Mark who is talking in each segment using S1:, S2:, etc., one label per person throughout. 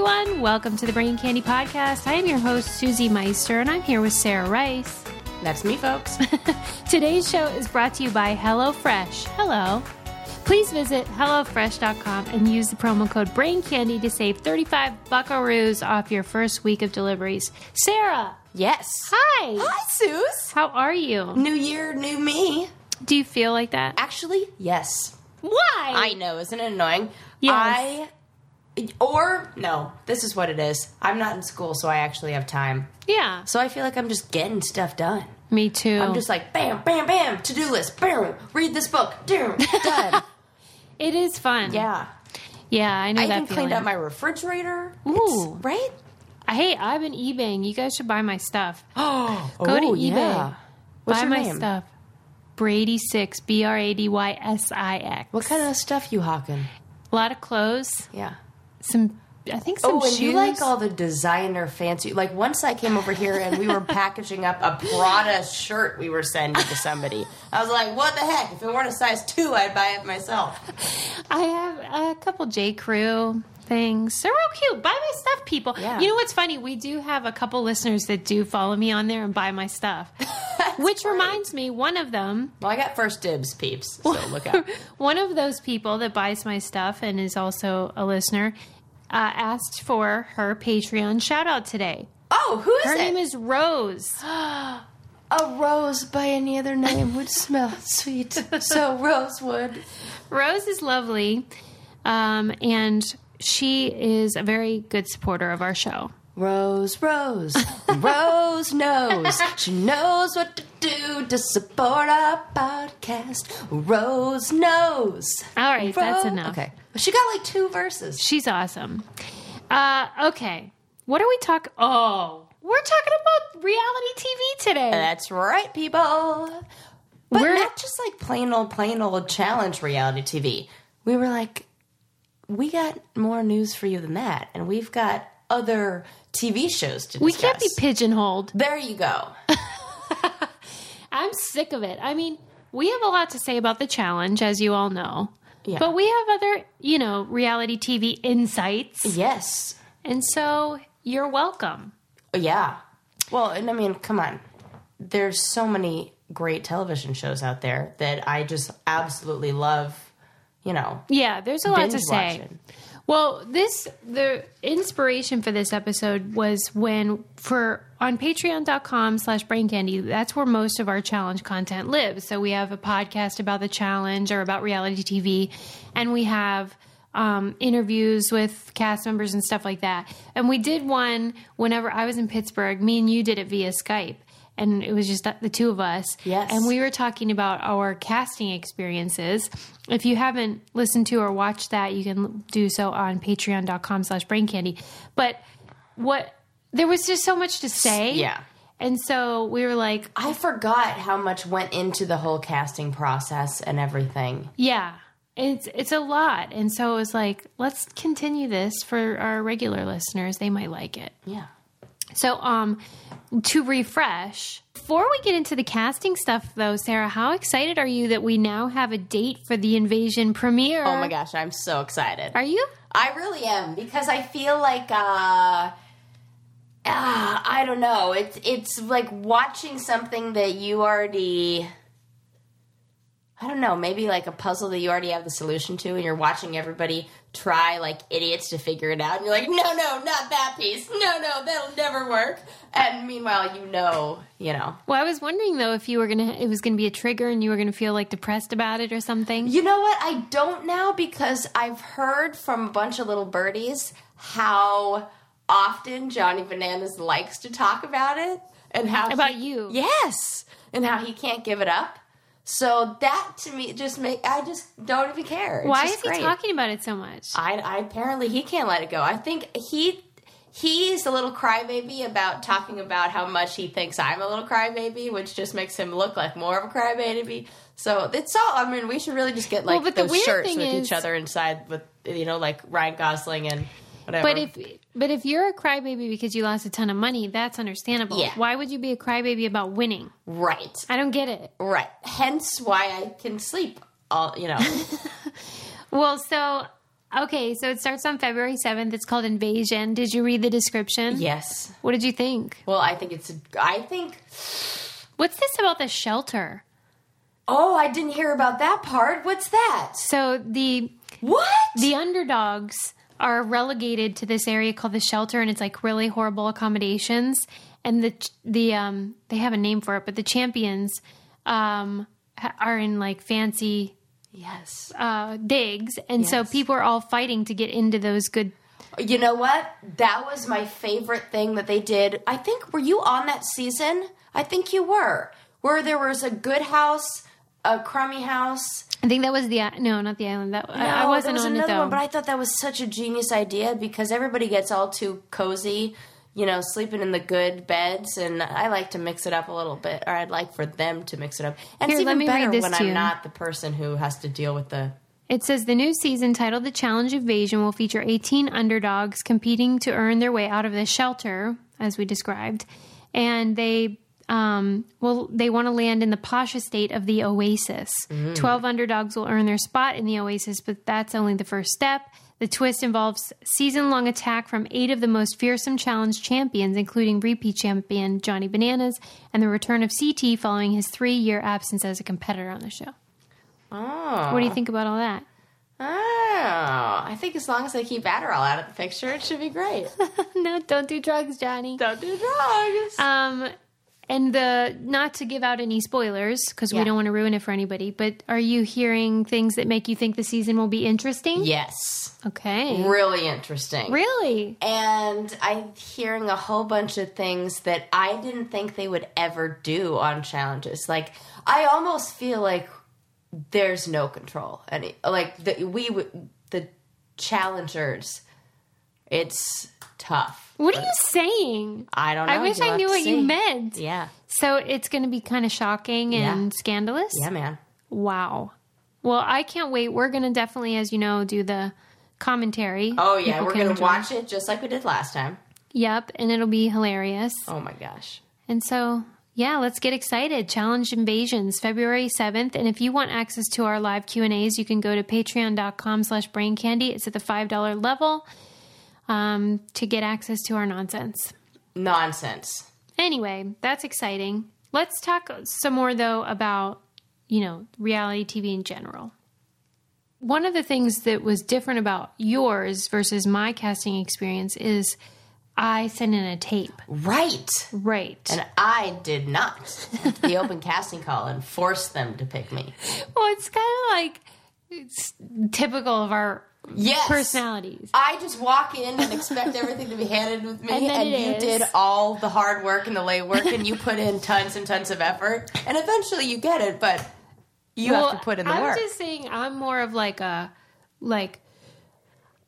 S1: Welcome to the Brain Candy Podcast. I am your host, Susie Meister, and I'm here with Sarah Rice.
S2: That's me, folks.
S1: Today's show is brought to you by HelloFresh. Hello. Please visit HelloFresh.com and use the promo code BRAINCANDY to save 35 buckaroos off your first week of deliveries. Sarah,
S2: Yes.
S1: hi.
S2: Hi, Suze.
S1: How are you?
S2: New year, new me.
S1: Do you feel like that?
S2: Actually, yes.
S1: Why?
S2: I know, isn't it annoying?
S1: Yes.
S2: I or no, this is what it is. I'm not in school, so I actually have time.
S1: yeah,
S2: So I feel like I'm just getting stuff done.
S1: me too.
S2: I'm just like bam, bam, bam, to-do list, bam, read this book, damn, done.
S1: it is fun.
S2: yeah.
S1: yeah, I know
S2: I
S1: that
S2: even
S1: feeling.
S2: cleaned out my refrigerator. It's-
S1: Ooh.
S2: right?
S1: hey, I've been eBaying. You guys should buy my stuff.
S2: Oh,
S1: Go to eBay.
S2: yeah. What's
S1: buy
S2: your
S1: my
S2: name?
S1: stuff. Brady Six, B R A D Y S I X.
S2: What kind of stuff you hawking?
S1: A lot of clothes.
S2: Yeah.
S1: Some, I think some
S2: Oh, and
S1: shoes.
S2: you like all the designer fancy. Like once I came over here and we were packaging up a Prada shirt we were sending to somebody. I was like, what the heck? If it weren't a size two, I'd buy it myself.
S1: I have a couple J. Crew things. They're real cute. Buy my stuff, people.
S2: Yeah.
S1: You know what's funny? We do have a couple listeners that do follow me on there and buy my stuff. Which reminds me, one of them,
S2: Well, I got first dibs, peeps. So look out.
S1: one of those people that buys my stuff and is also a listener, uh, asked for her Patreon shout out today.
S2: Oh, who is
S1: Her
S2: it?
S1: name is Rose.
S2: a rose by any other name would smell sweet. So rosewood.
S1: Rose is lovely, um, and she is a very good supporter of our show.
S2: Rose, Rose, Rose knows. She knows what to do to support our podcast. Rose knows.
S1: All right, that's
S2: Ro-
S1: enough.
S2: Okay. She got like two verses.
S1: She's awesome. Uh, okay, what are we talking? Oh, we're talking about reality TV today.
S2: That's right, people. But
S1: We're-
S2: not just like plain old, plain old challenge reality TV. We were like, we got more news for you than that, and we've got other TV shows to discuss.
S1: We can't be pigeonholed.
S2: There you go.
S1: I'm sick of it. I mean, we have a lot to say about the challenge, as you all know.
S2: Yeah.
S1: But we have other, you know, reality TV insights.
S2: yes.
S1: And so you're welcome.
S2: Yeah. Well, and I mean, come on. There's so many great television shows out there that I just absolutely love, you know,
S1: Yeah, there's a lot to
S2: binge
S1: say.
S2: watching.
S1: Well, this the inspiration for this episode was when for on patreon.com slash brain candy, that's where most of our challenge content lives. So we have a podcast about the challenge or about reality TV, and we have um, interviews with cast members and stuff like that. And we did one whenever I was in Pittsburgh, me and you did it via Skype. And it was just the the two of us.
S2: Yes.
S1: And we we were talking about our casting experiences. If you haven't listened to or watched that, you can do so on patreon.com slash brain candy. But what there was just so much to say.
S2: Yeah.
S1: And so we were like,
S2: I forgot how much went into the whole casting process and everything.
S1: yeah, it's it's a lot. And so it was like, let's continue this for our regular listeners. They might like it.
S2: Yeah.
S1: So um to refresh, before we get into the casting stuff though, Sarah, how excited are you that we now have a date for the invasion premiere?
S2: Oh my gosh, I'm so excited.
S1: Are you?
S2: I really am because I feel like uh, uh ah, I don't know. It's it's like watching something that you already I don't know, maybe like a puzzle that you already have the solution to and you're watching everybody try like idiots to figure it out and you're like, "No, no, not that piece. No, no, that'll never work." And meanwhile, you know, you know.
S1: Well, I was wondering though if you were gonna, it was gonna be a trigger and you were gonna feel like depressed about it or something.
S2: You know what? I don't now because I've heard from a bunch of little birdies how often Johnny Bananas likes to talk about it and how he-
S1: About you.
S2: Yes, and how he can't give it up. So that to me just make I just don't even care. It's
S1: Why
S2: just
S1: is he
S2: great.
S1: talking about it so much?
S2: I, I apparently he can't let it go. I think he he's a little crybaby about talking about how much he thinks I'm a little crybaby, which just makes him look like more of a crybaby. So it's all. I mean, we should really just get like
S1: Well, but the
S2: those
S1: weird
S2: shirts
S1: thing
S2: with
S1: is-
S2: each other inside with you know like Ryan Gosling and whatever.
S1: but if but if you're a crybaby because you lost a ton of money, that's understandable.
S2: Yeah.
S1: Why would you be a crybaby about winning?
S2: right,
S1: I don't get it.
S2: right. Hence why I can sleep all you know.
S1: Well, so Okay, so it starts on February 7th. It's called Invasion. Did you read the description?
S2: Yes.
S1: What did you think?
S2: Well, I think it's. I think.
S1: What's this about the shelter?
S2: Oh, I didn't hear about that part. What's that?
S1: So the
S2: What?
S1: the underdogs are relegated to this area called the shelter and it's like really horrible accommodations and the ch- the um they have a name for it but the champions um ha- are in like fancy
S2: yes.
S1: uh digs and so people are all fighting to get into those good
S2: You know what? That was my favorite thing that they did. I think were you on that season? I think you were. Where there was a good house, a crummy house.
S1: I think that was the i- no not the island that I, I
S2: Oh,
S1: wasn't
S2: there was
S1: on it
S2: another
S1: though
S2: one, but I thought that was such a genius idea because everybody gets all too cozy, you know, sleeping in the good beds, and I like to mix it up a little bit, or I'd like for them to mix it up. And
S1: Here,
S2: it's
S1: let
S2: even
S1: me read
S2: better
S1: this
S2: when
S1: to
S2: I'm
S1: you.
S2: not the person who has to deal with the.
S1: It says the new season titled The Challenge Evasion will feature 18 underdogs competing to earn their way out of the shelter, as we described, and they um, will they want to land in the posh estate of the Oasis. 12 underdogs will earn their spot in the Oasis, but that's only the first step. The twist involves season-long attack from eight of the most fearsome challenge champions, including repeat champion Johnny Bananas, and the return of CT following his three-year absence as a competitor on the show.
S2: Oh.
S1: What do you think about all that?
S2: Oh, I think as long as they keep Adderall out of the picture, it should be great.
S1: no, don't do drugs, Johnny.
S2: Don't do drugs.
S1: Um, and the not to give out any spoilers because we
S2: Yeah.
S1: don't want to ruin it for anybody. But are you hearing things that make you think the season will be interesting?
S2: yes.
S1: Okay.
S2: Really interesting.
S1: Really?
S2: and I'm hearing a whole bunch of things that I didn't think they would ever do on challenges. Like I almost feel like there's no control, and like the, we would- the challengers, it's tough.
S1: What are you saying?
S2: I don't know.
S1: I wish
S2: You'll
S1: I
S2: have
S1: knew
S2: to
S1: what you
S2: see.
S1: meant.
S2: Yeah,
S1: So it's going to be kind of shocking and scandalous.
S2: yeah, man.
S1: Wow. Well, I can't wait. We're going to definitely, as you know, do the commentary.
S2: Oh yeah,
S1: People
S2: we're
S1: can
S2: gonna
S1: enjoy.
S2: watch it just like we did last time.
S1: Yep, and it'll be hilarious.
S2: Oh my gosh.
S1: And so, yeah, let's get excited. Challenge Invasions, February 7th. And if you want access to our live Q&As, you can go to patreon.com slash brain candy. It's at the $5 level um, to get access to our nonsense.
S2: Nonsense.
S1: Anyway, that's exciting. Let's talk some more, though, about, you know, reality TV in general. One of the things that was different about yours versus my casting experience is I sent in a tape.
S2: Right.
S1: Right.
S2: And I did not. the open casting call and forced them to pick me.
S1: Well, it's kind of like it's typical of our
S2: Yes.
S1: personalities.
S2: I just walk in and expect everything to be handed with me,
S1: And
S2: and,
S1: then it
S2: you
S1: is.
S2: did all the hard work and the lay work, and you put in tons and tons of effort, and eventually you get it, but you have to put in the
S1: I'm
S2: work.
S1: just saying, I'm more of like a like.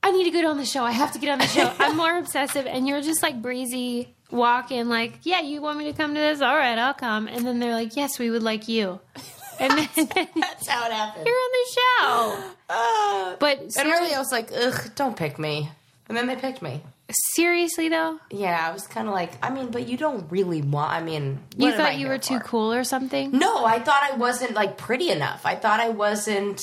S1: I need to get on the show. I have to get on the show. I'm more obsessive, and you're just like breezy walking, like, yeah, you want me to come to this? All right, I'll come. And then they're like, yes, we would like you, and then you're
S2: That's how it happened.
S1: on the show.
S2: Ah.
S1: But
S2: and
S1: ser-
S2: really, I was like, ugh, don't pick me. And then they picked me.
S1: seriously, though,
S2: Yeah, I was kind of like, I mean, but you don't really want. I mean,
S1: you
S2: what am I
S1: thought you
S2: here
S1: were too
S2: for?
S1: cool or something.
S2: No, I thought I wasn't like pretty enough. I thought I wasn't.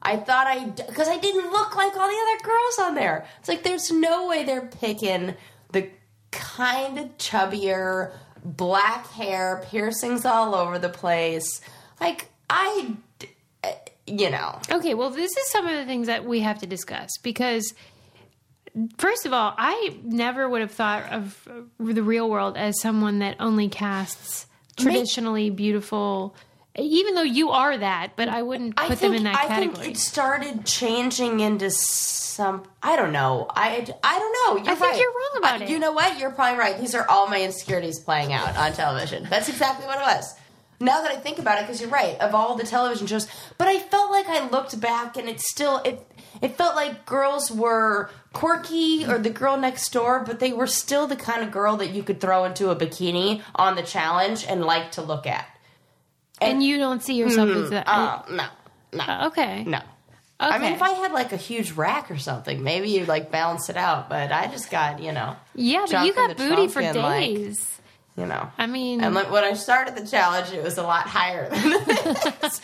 S2: I thought I because I didn't look like all the other girls on there. It's like there's no way they're picking the kind of chubbier, black hair, piercings all over the place. Like I, d- uh, you know,
S1: Okay, well, this is some of the things that we have to discuss because, first of all, I never would have thought of uh, the real world as someone that only casts traditionally beautiful. Even though you are that, but I wouldn't put
S2: I
S1: them
S2: think,
S1: in that
S2: I
S1: category.
S2: think it started changing into some. I don't know. I I don't know. You're
S1: I think
S2: right.
S1: you're wrong about
S2: Uh,
S1: it.
S2: You know what? You're probably right. These are all my insecurities playing out on television. That's exactly what it was. Now that I think about it, because you're right. Of all the television shows, but I felt like I looked back, and it still it it felt like girls were quirky or the girl next door, but they were still the kind of girl that you could throw into a bikini on the challenge and like to look at.
S1: and you don't see yourself as that.
S2: Uh, no, no,
S1: okay.
S2: no.
S1: okay.
S2: I mean, if I had like a huge rack or something, maybe you'd like balance it out. But I just got, you know,
S1: yeah, but
S2: jumped
S1: you
S2: in
S1: got
S2: the
S1: booty
S2: trunk
S1: for
S2: and, like,
S1: days.
S2: you know.
S1: I mean,
S2: And like, when I started the challenge, it was a lot higher than this.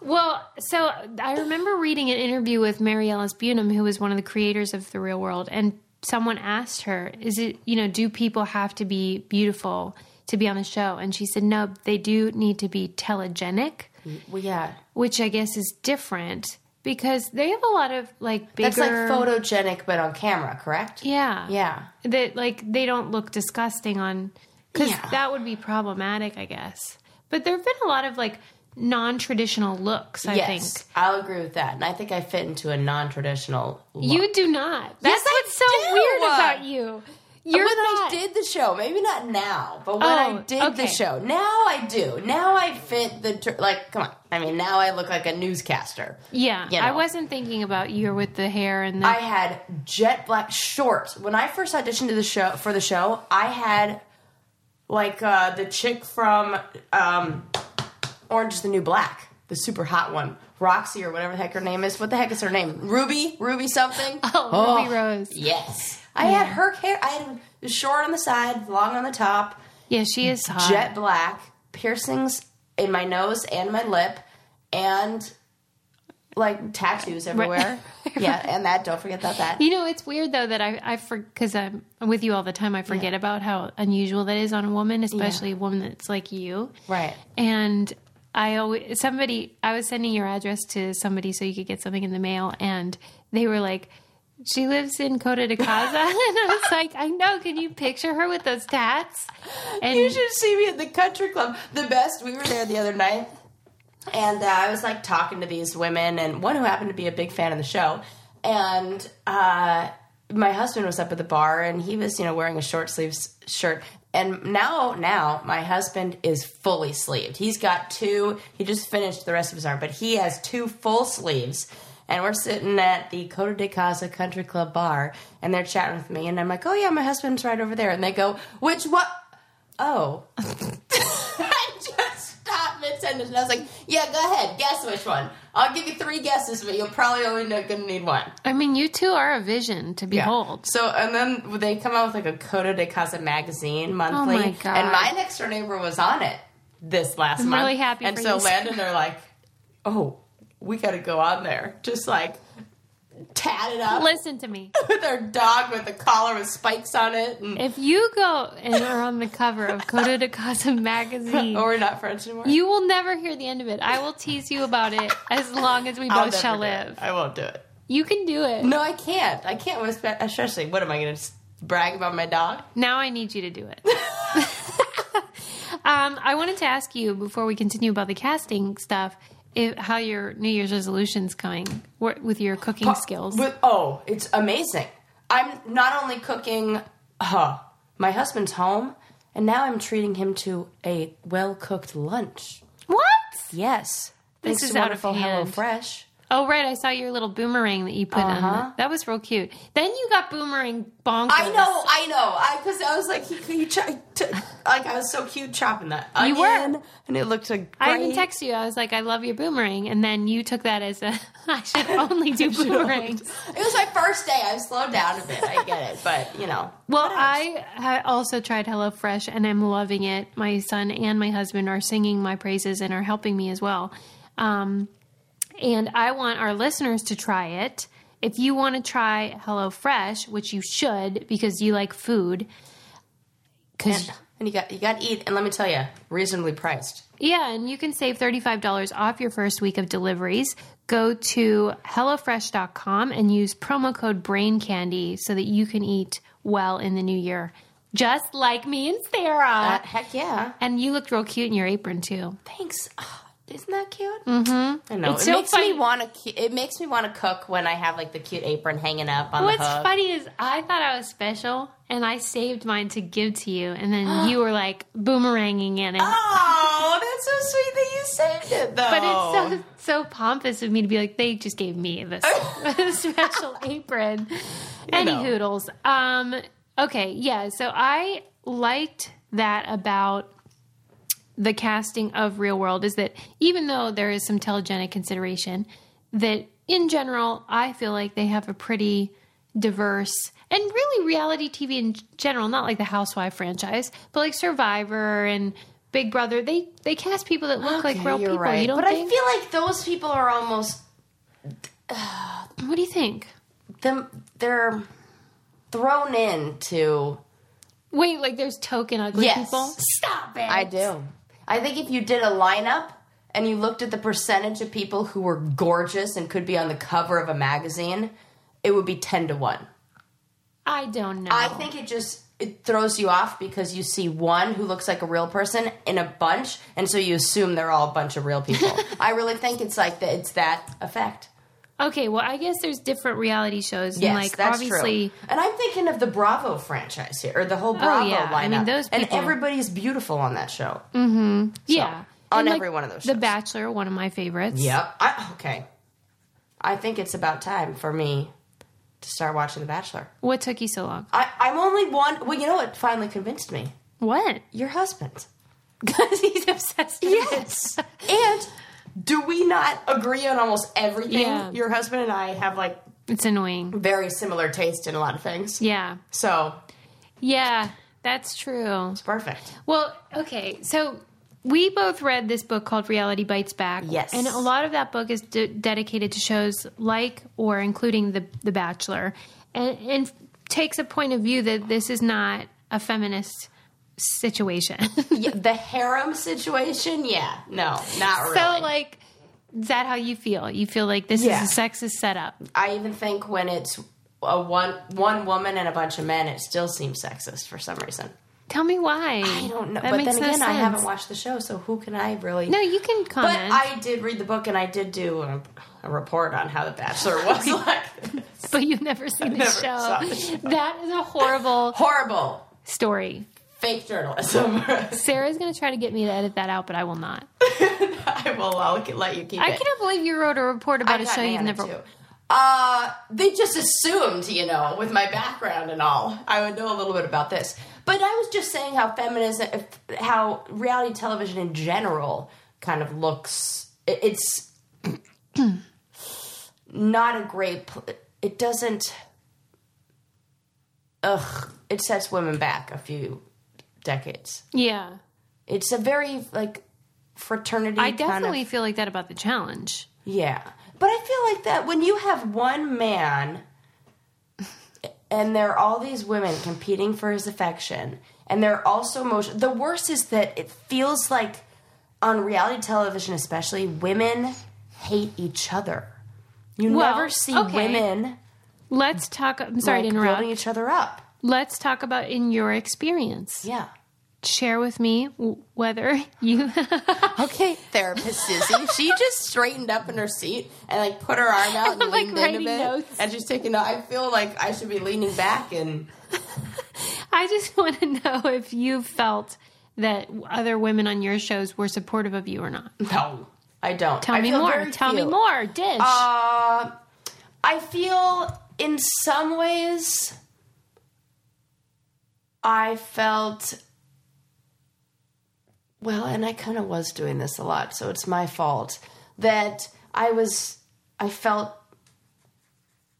S1: Well, so I remember reading an interview with Mary Ellis Bunham, who was one of the creators of The Real World, and someone asked her, Is it, you know, do people have to be beautiful to be on the show? And she said, No, they do need to be telegenic,
S2: Well, yeah.
S1: which I guess is different because they have a lot of like bigger.
S2: That's like photogenic, but on camera, correct?
S1: Yeah.
S2: Yeah.
S1: that like they don't look disgusting on because
S2: Yeah.
S1: that would be problematic i guess but there have been a lot of like non-traditional looks i
S2: yes,
S1: think
S2: I'll agree with that, and I think I fit into a non-traditional. Look.
S1: you do not that's
S2: I
S1: what's so
S2: do. Uh,
S1: weird about you you're
S2: when
S1: not
S2: I did the show, maybe not now, but when
S1: Oh,
S2: I did
S1: okay.
S2: the show, now I do. Now I fit the ter- like. Come on, I mean, now I look like a newscaster.
S1: yeah
S2: you
S1: i
S2: know.
S1: wasn't thinking about you with the hair and the
S2: I had jet black shorts when I first auditioned to the show for the show. I had like uh, the chick from um, Orange Is the New Black, the super hot one, Roxy or whatever the heck her name is. What the heck is her name? Ruby, Ruby something.
S1: oh, ruby rose
S2: Yes, I had her hair. I had it short on the side, long on the top.
S1: yeah she is hot
S2: jet black, piercings in my nose and my lip, and like tattoos everywhere. yeah, and that. Don't forget about that.
S1: you know it's weird though that i i because i'm with you all the time i forget about how unusual that is on a woman especially a woman that's like you
S2: Right.
S1: and I always somebody I was sending your address to somebody so you could get something in the mail, and they were like, "She lives in Kota de Casa," and I was like, "I know. Can you picture her with those tats?" And
S2: You should see me at the country club. The best. We were there the other night, and uh, I was like talking to these women, and one who happened to be a big fan of the show, and uh, my husband was up at the bar, and he was you know wearing a short sleeves shirt. And now, now my husband is fully sleeved. He's got two. He just finished the rest of his arm, but he has two full sleeves. And we're sitting at the Coda de Casa Country Club bar, and they're chatting with me, and I'm like, "Oh yeah, my husband's right over there." And they go, "Which what?" oh. I just stopped mid sentence and I was like, yeah, go ahead, guess which one. I'll give you three guesses, but you'll probably only know, gonna need one.
S1: I mean, you two are a vision to behold.
S2: So, and then they come out with like a Coda de Casa magazine monthly.
S1: Oh my God.
S2: And my next door neighbor was on it this last
S1: I'm
S2: month.
S1: really happy
S2: And
S1: for
S2: so
S1: you.
S2: Landon, they're like, oh, we gotta go on there. Just like tatted up
S1: Listen to me.
S2: with our dog with a collar with spikes on it. And,
S1: If you go and are on the cover of Coda de Casa magazine,
S2: or Oh, we're not friends anymore.
S1: you will never hear the end of it. I will tease you about it as long as we
S2: I'll
S1: both
S2: never
S1: shall
S2: do it.
S1: live.
S2: I won't do it.
S1: You can do it.
S2: No, I can't. I can't. Espe- Especially, what am I going to brag about my dog?
S1: Now I need you to do it. um, I wanted to ask you before we continue about the casting stuff, if, how your New Year's resolution's going wh- with your cooking skills.
S2: But, oh, it's amazing. I'm not only cooking. Huh, my husband's home, and now I'm treating him to a well cooked lunch.
S1: what?
S2: Yes,
S1: This
S2: thanks
S1: is
S2: to
S1: out of
S2: wonderful
S1: hand.
S2: HelloFresh.
S1: Oh right, I saw your little boomerang that you put on.
S2: Uh-huh.
S1: The, that was real cute. Then you got boomerang bonkers.
S2: I know, I know. I because I was like, he, he ch- t- like I was so cute chopping that.
S1: You were.
S2: onion, and it looked like
S1: I even
S2: great.
S1: texted you. I was like, "I love your boomerang," and then you took that as a, "I should only do boomerangs."
S2: It was my first day. I've slowed down a bit. I get it, but you know.
S1: Well, I ha- also tried HelloFresh and I'm loving it. My son and my husband are singing my praises and are helping me as well. Um, and I want our listeners to try it. If you want to try HelloFresh, which you should because you like food, because
S2: And you got you got to eat, and let me tell you, reasonably priced.
S1: Yeah, and you can save $35 off your first week of deliveries. Go to HelloFresh.com and use promo code BRAINCANDY so that you can eat well in the new year, just like me and Sarah.
S2: heck yeah!
S1: and you looked real cute in your apron, too.
S2: Thanks. Oh, isn't that cute? Mm-hmm. I know.
S1: It's
S2: it
S1: so
S2: makes
S1: funny.
S2: me want to. Cu- it makes me want to cook when I have like the cute apron hanging up on
S1: What's
S2: the hook.
S1: funny is I thought I was special and I saved mine to give to you, and then you were like boomeranging in it.
S2: Oh, that's so sweet that you saved it though.
S1: But it's
S2: Oh.
S1: so so pompous of me to be like, they just gave me this special apron. Any
S2: know.
S1: hoodles. Um okay, yeah. So I liked that about the casting of Real World is that even though there is some telegenic consideration, that in general, I feel like they have a pretty diverse and really reality TV in general, not like the Housewife franchise, but like Survivor and Big Brother, they they cast people that look like
S2: Okay,
S1: real
S2: you're
S1: people.
S2: right.
S1: You don't
S2: but
S1: think?
S2: I feel like those people are almost
S1: what do you think?
S2: them. They're thrown into.
S1: Wait, like there's token ugly
S2: Yes.
S1: people? Stop it.
S2: I do. I think if you did a lineup and you looked at the percentage of people who were gorgeous and could be on the cover of a magazine, it would be ten to one.
S1: I don't know.
S2: I think it just it throws you off because you see one who looks like a real person in a bunch, and so you assume they're all a bunch of real people. I really think it's like that. It's that effect.
S1: Okay, well, I guess there's different reality shows.
S2: Yes,
S1: and like
S2: that's
S1: obviously, Oh,
S2: true. And I'm thinking of the Bravo franchise here, or the whole Bravo
S1: yeah.
S2: lineup.
S1: I mean, those
S2: and
S1: people-
S2: everybody's beautiful on that show.
S1: yeah.
S2: on
S1: And, like,
S2: every one of those
S1: The
S2: shows.
S1: Bachelor, one of my favorites.
S2: Yep. I, okay. I think it's about time for me to start watching The Bachelor.
S1: What took you so long?
S2: I, I'm only one. Well, you know what finally convinced me?
S1: What?
S2: Your husband.
S1: Because he's obsessed with
S2: Yes. and do we not agree on almost everything?
S1: Yeah.
S2: Your husband and I have like
S1: it. It's annoying.
S2: very similar taste in a lot of things.
S1: Yeah.
S2: So
S1: Yeah, that's true.
S2: it's perfect.
S1: Well, okay, so we both read this book called Reality Bites Back.
S2: Yes.
S1: and a lot of that book is de- dedicated to shows like or including the The Bachelor, and, and takes a point of view that this is not a feminist situation.
S2: Yeah, the harem situation? Yeah. No, not Oh, really.
S1: so, like, is that how you feel? You feel like this
S2: Yeah.
S1: is a sexist setup?
S2: I even think when it's a one one woman and a bunch of men, it still seems sexist for some reason.
S1: Tell me why.
S2: I don't know.
S1: That
S2: but
S1: makes
S2: then
S1: no
S2: again, I
S1: sense.
S2: haven't watched the show, so who can I really?
S1: No, you can
S2: but
S1: comment,
S2: I did read the book and I did do a, a report on how The Bachelor was like.
S1: but you've never seen the
S2: never
S1: show.
S2: saw the show.
S1: That is a horrible
S2: Horrible
S1: story.
S2: fake journalism.
S1: Sarah's going to try to get me to edit that out, but I will not.
S2: I will. I'll ke- let you keep
S1: I
S2: it.
S1: cannot believe you wrote a report about a
S2: got
S1: show you've
S2: Nana,
S1: never.
S2: too. Uh, they just assumed, you know, with my background and all, I would know a little bit about this. But I was just saying how feminism, if- how reality television in general kind of looks. it- It's not a great. Pl- it doesn't. Ugh! It sets women back a few decades.
S1: Yeah,
S2: It's a very like fraternity.
S1: I
S2: kind of,
S1: definitely feel like that about the challenge.
S2: yeah. But I feel like that when you have one man and there are all these women competing for his affection and they're also emotional. The worst is that it feels like on reality television especially women hate each other. You
S1: Well,
S2: never see
S1: okay.
S2: women
S1: Let's talk. I'm sorry
S2: like,
S1: to interrupt.
S2: building each other up.
S1: Let's talk about in your experience.
S2: Yeah.
S1: Share with me w- whether you.
S2: Okay, therapist Susie. She just straightened up in her seat and like put her arm out and
S1: I'm, like,
S2: leaned in a
S1: writing
S2: bit.
S1: notes.
S2: And she's taking. I feel like I should be leaning back and
S1: I just want to know if you felt that other women on your shows were supportive of you or not.
S2: No, I don't.
S1: Tell me more. Tell me more. Ditch.
S2: Uh, I feel in some ways, I felt. Well, and I kind of was doing this a lot, so it's my fault that I was. I felt.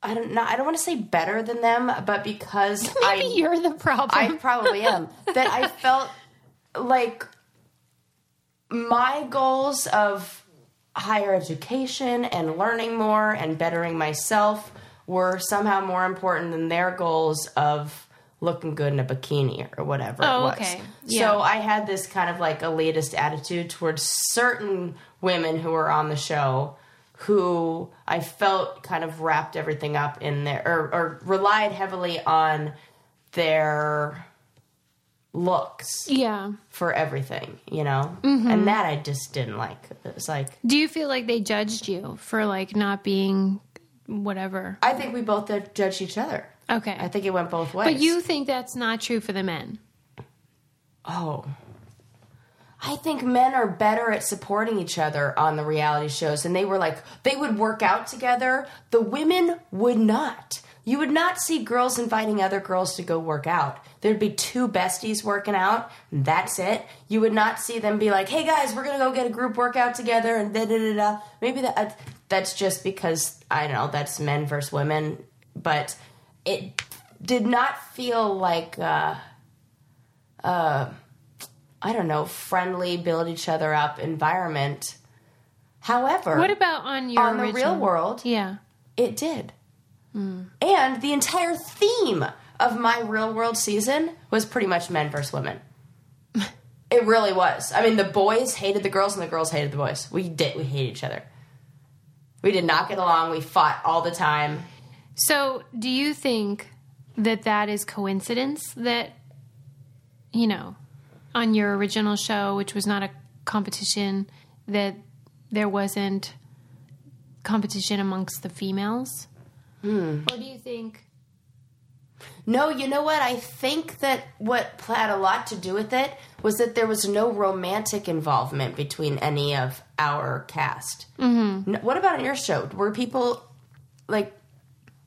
S2: I don't know. I don't want to say better than them, but because I
S1: Maybe you're the problem.
S2: I probably am. That I felt like my goals of higher education and learning more and bettering myself were somehow more important than their goals of looking good in a bikini or whatever it
S1: Oh,
S2: was.
S1: okay.
S2: So
S1: Yeah.
S2: I had this kind of like elitist attitude towards certain women who were on the show who I felt kind of wrapped everything up in their or, or relied heavily on their looks
S1: yeah.
S2: for everything, you know?
S1: Mm-hmm.
S2: And that I just didn't like. It was like
S1: Do you feel like they judged you for like not being whatever?
S2: I think we both uh, judged each other.
S1: Okay.
S2: I think it went both ways.
S1: But you think that's not true for the men?
S2: Oh. I think men are better at supporting each other on the reality shows. And they were like, they would work out together. The women would not. You would not see girls inviting other girls to go work out. There'd be two besties working out, and that's it. You would not see them be like, hey guys, we're going to go get a group workout together and da da da da. Maybe that, uh, that's just because, I don't know, that's men versus women. But it did not feel like, uh, I don't know, friendly, build each other up environment. However,
S1: What about on your
S2: on the real
S1: original- Hmm.
S2: world,
S1: Yeah.
S2: it did. And the entire theme of my real world season was pretty much men versus women. it really was. I mean, the boys hated the girls and the girls hated the boys. We did. We hated each other. We did not get along. We fought all the time.
S1: So, do you think that that is coincidence that you know, on your original show, which was not a competition, that there wasn't competition amongst the females?
S2: Hmm.
S1: Or do you think
S2: No, you know what? I think that what had a lot to do with it was that there was no romantic involvement between any of our cast. Mm-hmm. What about on your show? Were people like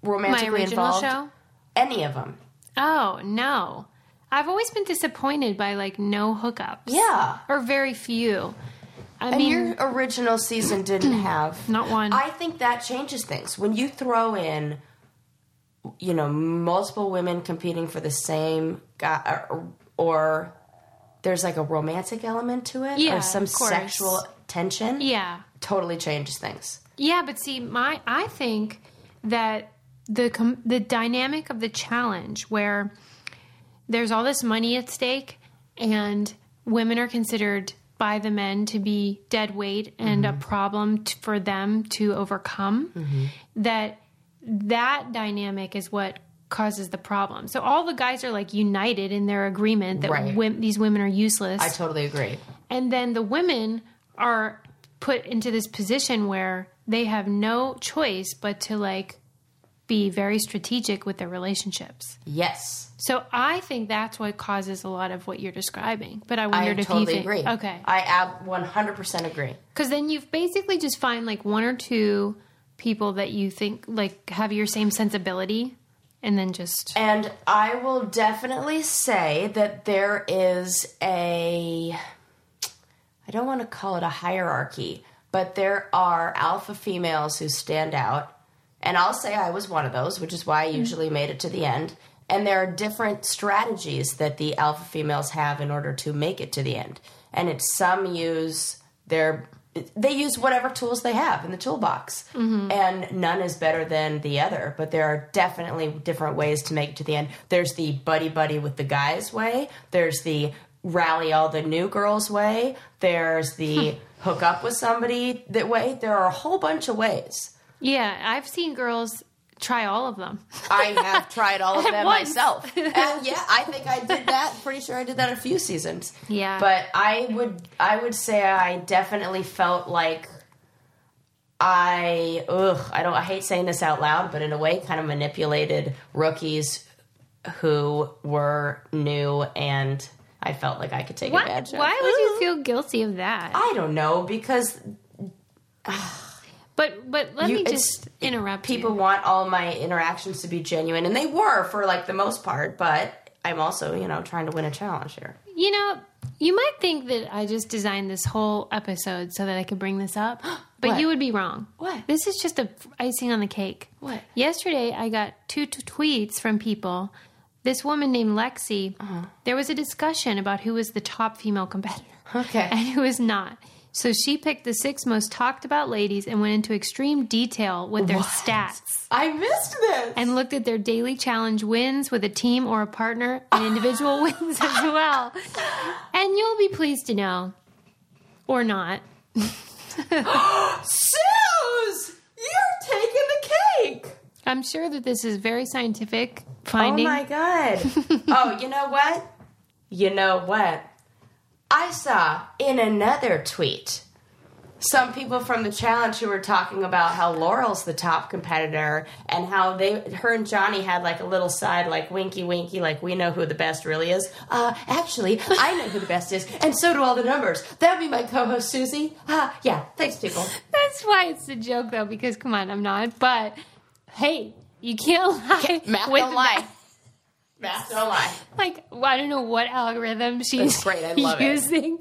S1: my
S2: romantically
S1: original
S2: involved?
S1: show?
S2: Any of them?
S1: Oh, no. I've always been disappointed by like no hookups.
S2: Yeah.
S1: Or very few. I
S2: And
S1: mean,
S2: your original season didn't have
S1: Not one.
S2: I think that changes things when you throw in, you know, multiple women competing for the same guy, or, or there's like a romantic element to it,
S1: Yeah,
S2: or some
S1: of course.
S2: sexual tension.
S1: yeah.
S2: totally changes things.
S1: Yeah, but see, my I think that the com- the dynamic of the challenge where there's all this money at stake and women are considered by the men to be dead weight and
S2: Mm-hmm.
S1: a problem t- for them to overcome that that dynamic is what causes the problem. So all the guys are like united in their agreement that
S2: Right.
S1: wom- these women are useless
S2: I totally agree.
S1: and then the women are put into this position where they have no choice but to like be very strategic with their relationships.
S2: Yes,
S1: So I think that's what causes a lot of what you're describing. But I
S2: I
S1: wondered if you
S2: totally
S1: think
S2: agree.
S1: okay,
S2: I ab- 100% agree.
S1: because then you've basically just find like one or two people that you think like have your same sensibility, and then just
S2: And I will definitely say that there is a I don't want to call it a hierarchy, but there are alpha females who stand out. And I'll say I was one of those, which is why I usually made it to the end. And there are different strategies that the alpha females have in order to make it to the end. And it's some use their they use whatever tools they have in the toolbox. And none is better than the other, but there are definitely different ways to make it to the end. There's the buddy buddy with the guys way. There's the rally all the new girls way. There's the hook up with somebody that way. There are a whole bunch of ways.
S1: yeah, I've seen girls try all of them.
S2: I have tried all of them
S1: once.
S2: myself. And yeah, I think I did that. Pretty sure I did that a few seasons.
S1: Yeah.
S2: But I would I would say I definitely felt like I ugh, I don't I hate saying this out loud, but in a way kind of manipulated rookies who were new and I felt like I Uh-huh. could take
S1: Why,
S2: advantage. of.
S1: why would you feel guilty of that?
S2: I don't know because
S1: But but let
S2: You-
S1: me
S2: it's-
S1: just interrupt
S2: people
S1: you.
S2: want all my interactions to be genuine and they were for like the most part, but I'm also, you know, trying to win a challenge here.
S1: You know, you might think that I just designed this whole episode so that I could bring this up, but
S2: What?
S1: you would be wrong.
S2: What?
S1: This is just a f- icing on the cake.
S2: What?
S1: Yesterday, I got two t- tweets from people. This woman named Lexi.
S2: Uh-huh.
S1: There was a discussion about who was the top female competitor
S2: Okay.
S1: and who was not. So she picked the six most talked about ladies and went into extreme detail with their stats.
S2: I missed this.
S1: and looked at their daily challenge wins with a team or a partner and individual wins as well. And you'll be pleased to know, or not,
S2: Suze, you're taking the cake.
S1: I'm sure that this is very scientific
S2: Oh
S1: finding.
S2: my god. oh, you know what? You know what? I saw in another tweet some people from the challenge who were talking about how Laurel's the top competitor and how they her and Johnny had like a little side like winky winky like we know who the best really is. Uh actually, I know who the best is and so do all the numbers. That would be my co-host Susie. Ah, yeah. Thanks people.
S1: That's why it's a joke, though, because come on, I'm not. But hey, you can't lie.
S2: Math
S1: with
S2: don't
S1: the-
S2: lie. Math don't lie.
S1: Like well, I don't know what algorithm she's
S2: That's great, I love it.
S1: using,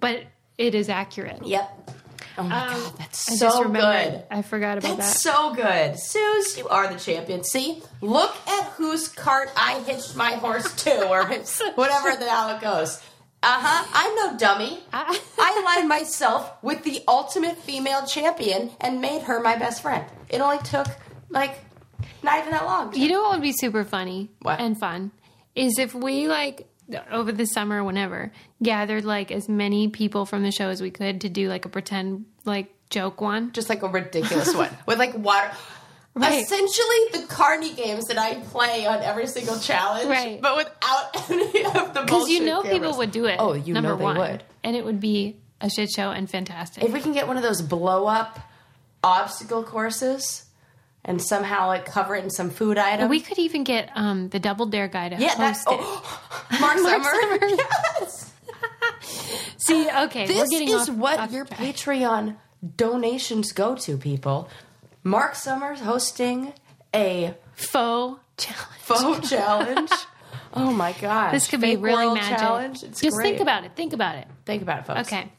S1: but it is accurate.
S2: Yep. Oh my
S1: Um,
S2: god, that's
S1: I just
S2: so
S1: remembered.
S2: good.
S1: I forgot about
S2: That's
S1: that.
S2: so good. Suze, you are the champion. See, look at whose cart I hitched my horse to, or whatever the hell it goes. Uh huh. I'm no dummy.
S1: I-
S2: I aligned myself with the ultimate female champion and made her my best friend. It only took like not even that long.
S1: You know what would be super funny
S2: What?
S1: and fun is if we like over the summer, whenever gathered like as many people from the show as we could to do like a pretend like joke one.
S2: Just like a ridiculous one with like water.
S1: Right.
S2: Essentially, the Carney games that I play on every single challenge,
S1: Right.
S2: but without any of the
S1: Because
S2: bullshit.
S1: you know people
S2: cameras.
S1: would do it.
S2: Oh, you
S1: number
S2: know they
S1: one.
S2: would.
S1: and it would be a shit show and fantastic.
S2: If we can get one of those blow up obstacle courses and somehow like cover it in some food item,
S1: we could even get um, the Double Dare guy to
S2: yeah, that's
S1: host it.
S2: oh, Mark,
S1: Mark
S2: Summer.
S1: Summers.
S2: Yes.
S1: See, okay, we're
S2: This
S1: getting
S2: is
S1: off-
S2: what
S1: off
S2: your
S1: track.
S2: Patreon donations go to, people. Mark Summers hosting a
S1: faux challenge.
S2: faux challenge. Oh my god!
S1: This could be really magic. Just think about it. Think about it.
S2: think about it, folks.
S1: Okay.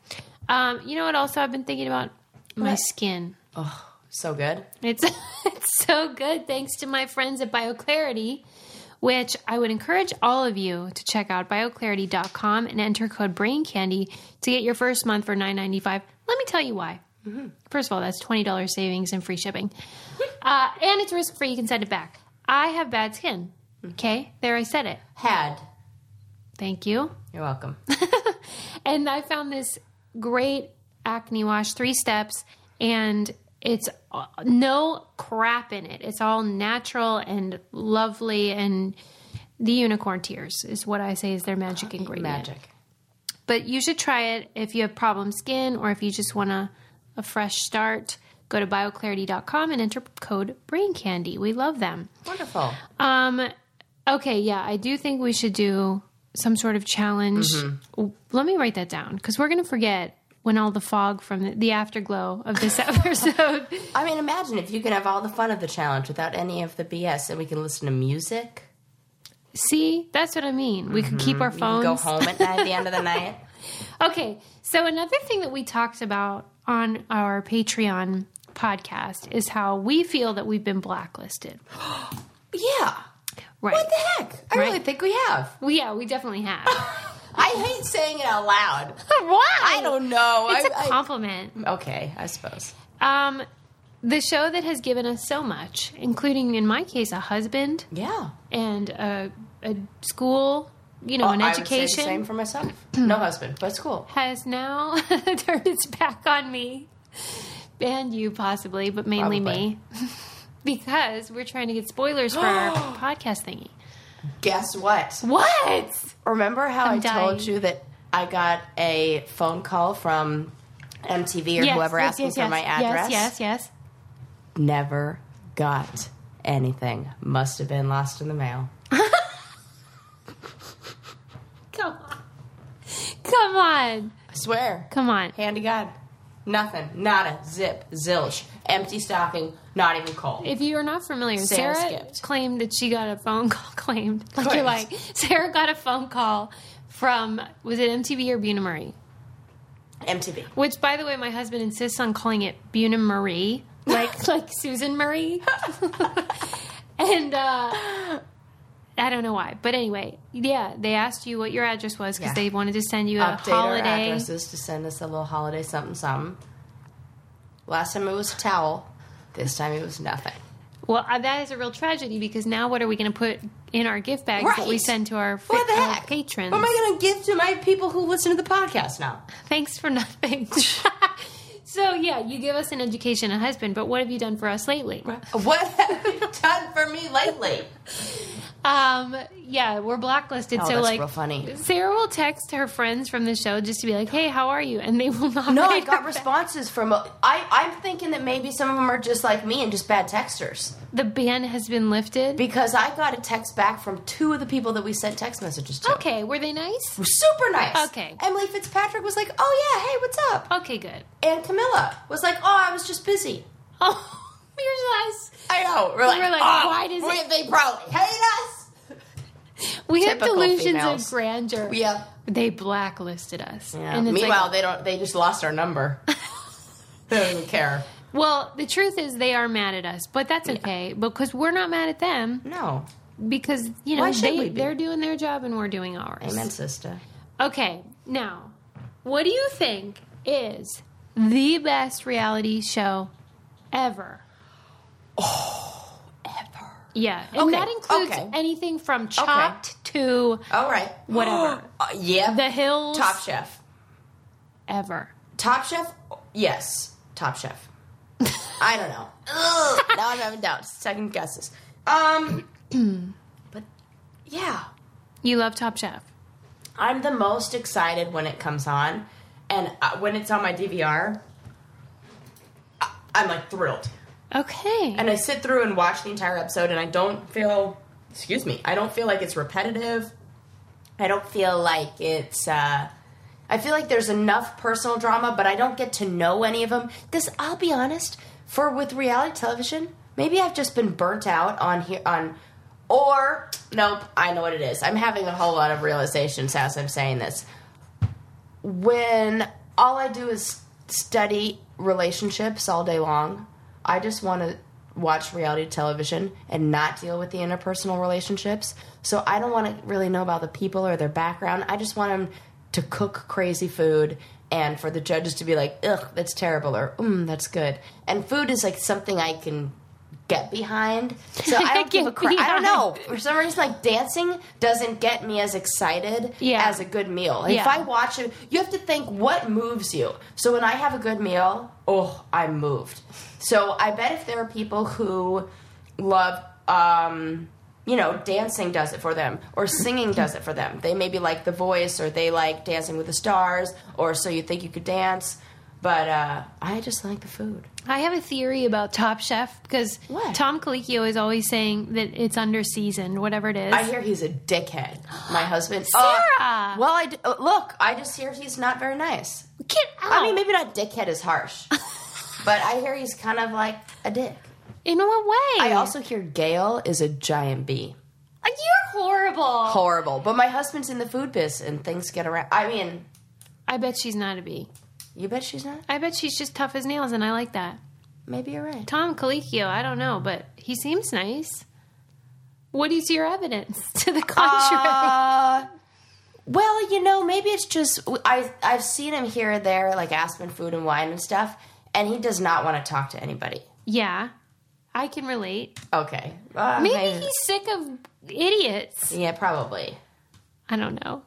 S1: Um, you know what? Also, I've been thinking about my
S2: What?
S1: skin.
S2: Oh, so good.
S1: It's it's so good thanks to my friends at BioClarity, which I would encourage all of you to check out bioclarity.com and enter code BRAINCANDY to get your first month for $9.95. Let me tell you why. First of all, that's $20 savings and free shipping. Uh, and it's risk free. You can send it back. I have bad skin. Okay? There, I said it.
S2: Had
S1: Thank you.
S2: you're welcome.
S1: And I found this great acne wash, three steps, and it's uh, no crap in it. It's all natural and lovely, and the unicorn tears is what I say is their magic ingredient.
S2: Magic.
S1: But you should try it if you have problem skin or if you just want a, a fresh start. Go to bioclarity.com and enter code BRAINCANDY. We love them.
S2: Wonderful.
S1: Um. Okay. Yeah, I do think we should do some sort of challenge.
S2: Mm-hmm.
S1: W- Let me write that down because we're gonna forget when all the fog from the, the afterglow of this episode.
S2: I mean, imagine if you could have all the fun of the challenge without any of the BS, and we can listen to music,
S1: See, that's what I mean. We could keep our phones.
S2: Mm-hmm. go home at night, at the end of the night.
S1: Okay. So another thing that we talked about on our Patreon podcast is how we feel that we've been blacklisted.
S2: Yeah.
S1: Right.
S2: What the heck? I really
S1: Right.
S2: think we have.
S1: Well, yeah, we definitely have.
S2: I hate saying it out loud.
S1: Why?
S2: I don't know.
S1: It's
S2: I-
S1: a compliment.
S2: I- okay, I suppose.
S1: Um, the show that has given us so much, including in my case, a husband
S2: Yeah.
S1: and a, a school, you know, an
S2: Oh, I would say the same
S1: education,
S2: for myself. no husband, but school.
S1: has now turned its back on me and you, possibly, but mainly me, because we're trying to get spoilers for our podcast thingy.
S2: Guess what?
S1: What?
S2: Remember how i
S1: I'm
S2: told
S1: dying.
S2: you that I got a phone call from MTV or
S1: Yes,
S2: whoever
S1: yes,
S2: asking
S1: yes,
S2: for
S1: yes.
S2: my address?
S1: Yes, yes, yes.
S2: Never got anything. Must have been lost in the mail.
S1: Come on. Come on.
S2: I swear.
S1: Come on.
S2: Hand to God. Nothing. Nada. Zip. Zilch. Empty stocking. Not even cold.
S1: If you're not familiar,
S2: Sarah
S1: Sarah,
S2: skipped.
S1: claimed that she got a phone call. Claimed, like
S2: Claimed.
S1: you're like Sarah got a phone call from was it MTV or Buna Marie?
S2: MTV.
S1: Which, by the way, my husband insists on calling it Buna Marie, like like Susan Marie. and uh, I don't know why, but anyway, yeah, they asked you what your address was because
S2: Yeah.
S1: they wanted to send you a
S2: Update our
S1: holiday.
S2: addresses to send us a little holiday something something. Last time it was a towel. This time it was nothing.
S1: Well, uh, that is a real tragedy because now what are we going to put in our gift bags that we
S2: Right.
S1: send to our, fa-
S2: What the
S1: our
S2: heck?
S1: patrons?
S2: What am I going to give to my people who listen to the podcast now?
S1: Thanks for nothing. so yeah, you give us an education, a husband, but what have you done for us lately?
S2: What have you done for me lately?
S1: Um, yeah, we're blacklisted.
S2: Oh,
S1: so
S2: that's
S1: like,
S2: real funny.
S1: Sarah will text her friends from the show just to be like, "Hey, how are you?" And they will not.
S2: No, I
S1: write
S2: got
S1: her back.
S2: responses from. uh, I I'm thinking that maybe some of them are just like me and just bad texters
S1: The ban has been lifted.
S2: because I got a text back from two of the people that we sent text messages to.
S1: okay, were they
S2: Oh.
S1: nice?
S2: Super nice.
S1: Okay.
S2: Emily Fitzpatrick was like, "Oh yeah, hey, what's up?"
S1: Okay, good.
S2: And Camilla was like, "Oh, I was just busy."
S1: Oh, here's us.
S2: I know. We're like,
S1: We're like,
S2: "Oh,
S1: why does
S2: we-
S1: it-
S2: they probably hate us?"
S1: We have
S2: Typical
S1: delusions
S2: females.
S1: of grandeur.
S2: Yeah.
S1: They blacklisted us.
S2: Yeah.
S1: And it's like,
S2: Meanwhile, they don't. They just lost our number. they don't even care.
S1: well, the truth is they are mad at us, but that's okay because we're not mad at them.
S2: No.
S1: because you know
S2: Why should
S1: they
S2: we be?
S1: they're doing their job and we're doing ours.
S2: Amen, sister.
S1: Okay, now, what do you think is the best reality show ever?
S2: Ever.
S1: Yeah, and
S2: Okay,
S1: that includes
S2: okay.
S1: anything from Chopped to
S2: All right.
S1: Whatever.
S2: Uh, yeah.
S1: The Hills
S2: Top Chef.
S1: ever.
S2: Top Chef. Yes. Top Chef. I don't know. Ugh, now I'm having doubts. Second guesses. Um. but yeah,
S1: You love Top Chef.
S2: I'm the most excited when it comes on, and uh, when it's on my DVR, I- I'm like thrilled.
S1: Okay.
S2: and I sit through and watch the entire episode, and I don't feel, excuse me, I don't feel like it's repetitive. I don't feel like it's, uh, I feel like there's enough personal drama, but I don't get to know any of them. This, I'll be honest, for with reality television, maybe I've just been burnt out on here, on, or, nope, I know what it is. I'm having a whole lot of realizations as I'm saying this. When all I do is study relationships all day long, I just want to watch reality television and not deal with the interpersonal relationships. So I don't want to really know about the people or their background. I just want them to cook crazy food and for the judges to be like, ugh, that's terrible, or mm, that's good. And food is like something I can get behind. So I don't give a
S1: Get
S2: crap. I don't
S1: behind.
S2: know. For some reason, like dancing doesn't get me as excited
S1: Yeah.
S2: as a good meal. If
S1: Yeah.
S2: I watch it, you have to think what moves you. So when I have a good meal, oh, I'm moved. So I bet if there are people who love, um, you know, dancing does it for them, or singing does it for them. They maybe like The Voice, or they like Dancing with the Stars, or So You Think You Could Dance. But uh, I just like the food.
S1: I have a theory about Top Chef because
S2: What?
S1: Tom Colicchio is always saying that it's under seasoned, whatever it is.
S2: I hear he's a dickhead. My husband,
S1: Sarah!
S2: Uh, well, I d- uh, look. I just hear he's not very nice.
S1: Get out.
S2: I mean, maybe not dickhead is harsh, but I hear he's kind of like a dick.
S1: in what way?
S2: I also hear Gail is a giant bee.
S1: You're horrible.
S2: Horrible. But my husband's in the food biz and things get around. I mean,
S1: I bet she's not a bee.
S2: you bet she's not.
S1: I bet she's just tough as nails, and I like that.
S2: Maybe you're right.
S1: Tom Colicchio, I don't know, but he seems nice. What is your evidence to the contrary?
S2: Uh, well, you know, maybe it's just I I've seen him here and there, like Aspen Food and Wine and stuff, and he does not want to talk to anybody.
S1: yeah, I can relate.
S2: Okay. Uh,
S1: Maybe he's sick of idiots.
S2: Yeah, probably.
S1: I don't know.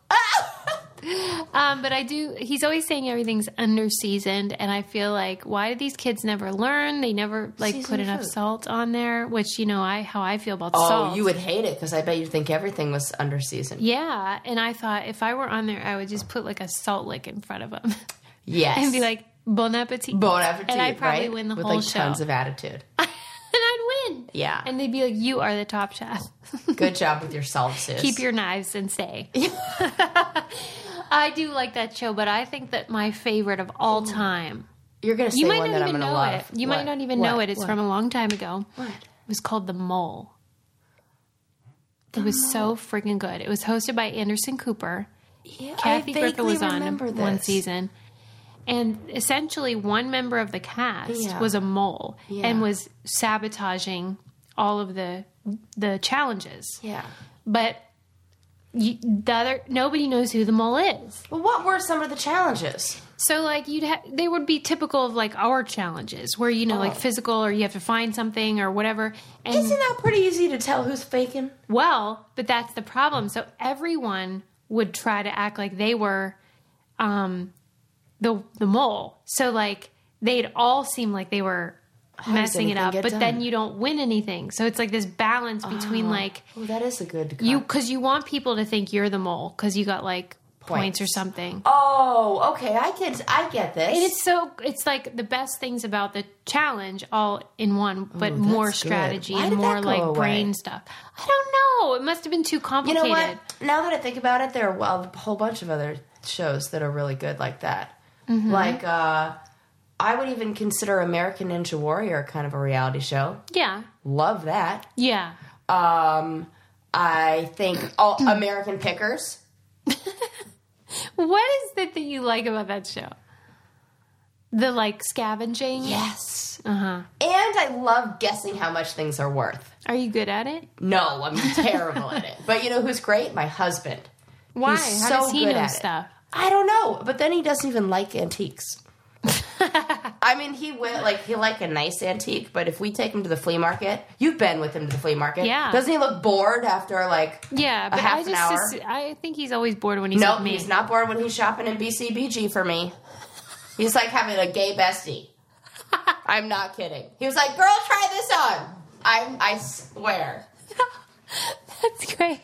S1: um, but I do. He's always saying everything's under seasoned, and I feel like why do these kids never learn? They never like put
S2: Seasoned
S1: enough
S2: food.
S1: salt on there, which you know I how I feel about
S2: Oh,
S1: salt.
S2: you would hate it because I bet you think everything was under seasoned.
S1: yeah, and I thought if I were on there, I would just put like a salt lick in front of him
S2: Yes.
S1: and be like, "Bon appetit."
S2: Bon appetit,
S1: And I'd probably
S2: right?
S1: win the
S2: With
S1: whole
S2: like
S1: show.
S2: tons of attitude.
S1: and I'd win.
S2: Yeah.
S1: And they'd be like, "You are the top chef.
S2: Good job with your salt, sis.
S1: Keep your knives and say." I do like that show, but I think that my favorite of all time
S2: You're gonna say
S1: You might
S2: one
S1: not
S2: that I'm
S1: even
S2: gonna
S1: know
S2: love.
S1: it. You
S2: What?
S1: might not even
S2: What?
S1: know it. It's
S2: What?
S1: from a long time ago.
S2: What?
S1: It was called The Mole. it was so freaking good. It was hosted by Anderson Cooper.
S2: Yeah,
S1: Kathy
S2: I vaguely
S1: Griffin was on
S2: remember
S1: one
S2: this.
S1: season. And essentially, one member of the cast
S2: Yeah.
S1: was a mole
S2: Yeah.
S1: and was sabotaging all of the the challenges.
S2: Yeah.
S1: But you, the other nobody knows who the mole is.
S2: Well, what were some of the challenges?
S1: So like you'd ha- they would be typical of like our challenges where you know like physical or you have to find something or whatever. And
S2: Oh. Isn't that pretty easy to tell who's faking?
S1: well, but that's the problem. So everyone would try to act like they were um the the mole. So like they'd all seem like they were messing it
S2: anything
S1: up,
S2: get
S1: but then
S2: done?
S1: you don't win anything. So it's like this balance between like
S2: Oh, that is a good.
S1: you
S2: comp-
S1: cuz you want people to think you're the mole cuz you got like points or
S2: Points.
S1: something.
S2: Oh, okay. I can. I get this.
S1: And it's so it's like the best things about the challenge all in one, but
S2: Ooh,
S1: more
S2: that's good.
S1: strategy
S2: Why
S1: and
S2: did that
S1: more
S2: go
S1: like
S2: away?
S1: brain stuff. I don't know. It must have been too
S2: You
S1: complicated.
S2: know what? Now that I think about it, there are well, a whole bunch of other shows that are really good like that. Like, uh, I would even consider American Ninja Warrior kind of a reality show.
S1: Yeah.
S2: Love that.
S1: Yeah.
S2: Um, I think all American Pickers.
S1: What is it that you like about that show? The like scavenging?
S2: Yes.
S1: Uh huh.
S2: And I love guessing how much things are worth.
S1: Are you good at it?
S2: No, I'm terrible at it. But you know who's great? My husband.
S1: Why?
S2: He's
S1: How
S2: so
S1: does he
S2: good
S1: know
S2: at it.
S1: stuff?
S2: I don't know. But then he doesn't even like antiques. I mean, he will like he like a nice antique, but if we take him to the flea market, you've been with him to the flea market,
S1: Yeah.
S2: Doesn't he look bored after like?
S1: Yeah, but
S2: half
S1: I
S2: an
S1: just
S2: hour.
S1: assu- I think he's always bored when he's
S2: No,
S1: with me.
S2: he's not bored when he's shopping in BCBG for me. He's like having a gay bestie. I'm not kidding. He was like, "Girl, try this on." I I swear.
S1: That's great.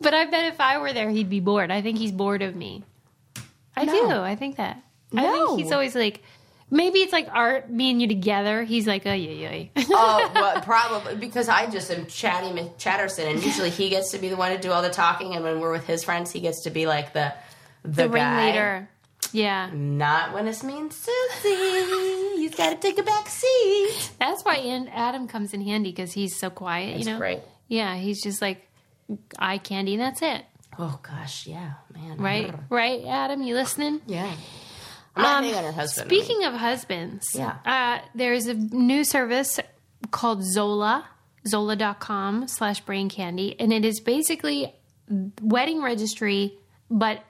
S1: But I bet if I were there, he'd be bored. I think he's bored of me. I
S2: No.
S1: do. I think that. I
S2: No.
S1: think he's always like, maybe it's like art, me and you together. He's like, oh, yeah, yeah.
S2: Oh, well, probably because I just am chatty Miss Chatterson, and usually he gets to be the one to do all the talking, and when we're with his friends, he gets to be like the the,
S1: The
S2: guy. Mm.
S1: ringleader. Yeah.
S2: Not when it's me and Susie. He's got to take a back seat.
S1: That's why An- Adam comes in handy because he's so quiet, you know?
S2: great.
S1: Yeah, he's just like eye candy and that's it.
S2: Oh gosh, yeah, man.
S1: Right? Right, Adam? You listening?
S2: Yeah. I'm not
S1: Um,
S2: hitting on her husband.
S1: Speaking of husbands,
S2: Yeah.
S1: uh, there's a new service called Zola, zola.com slash brain candy, and it is basically wedding registry, but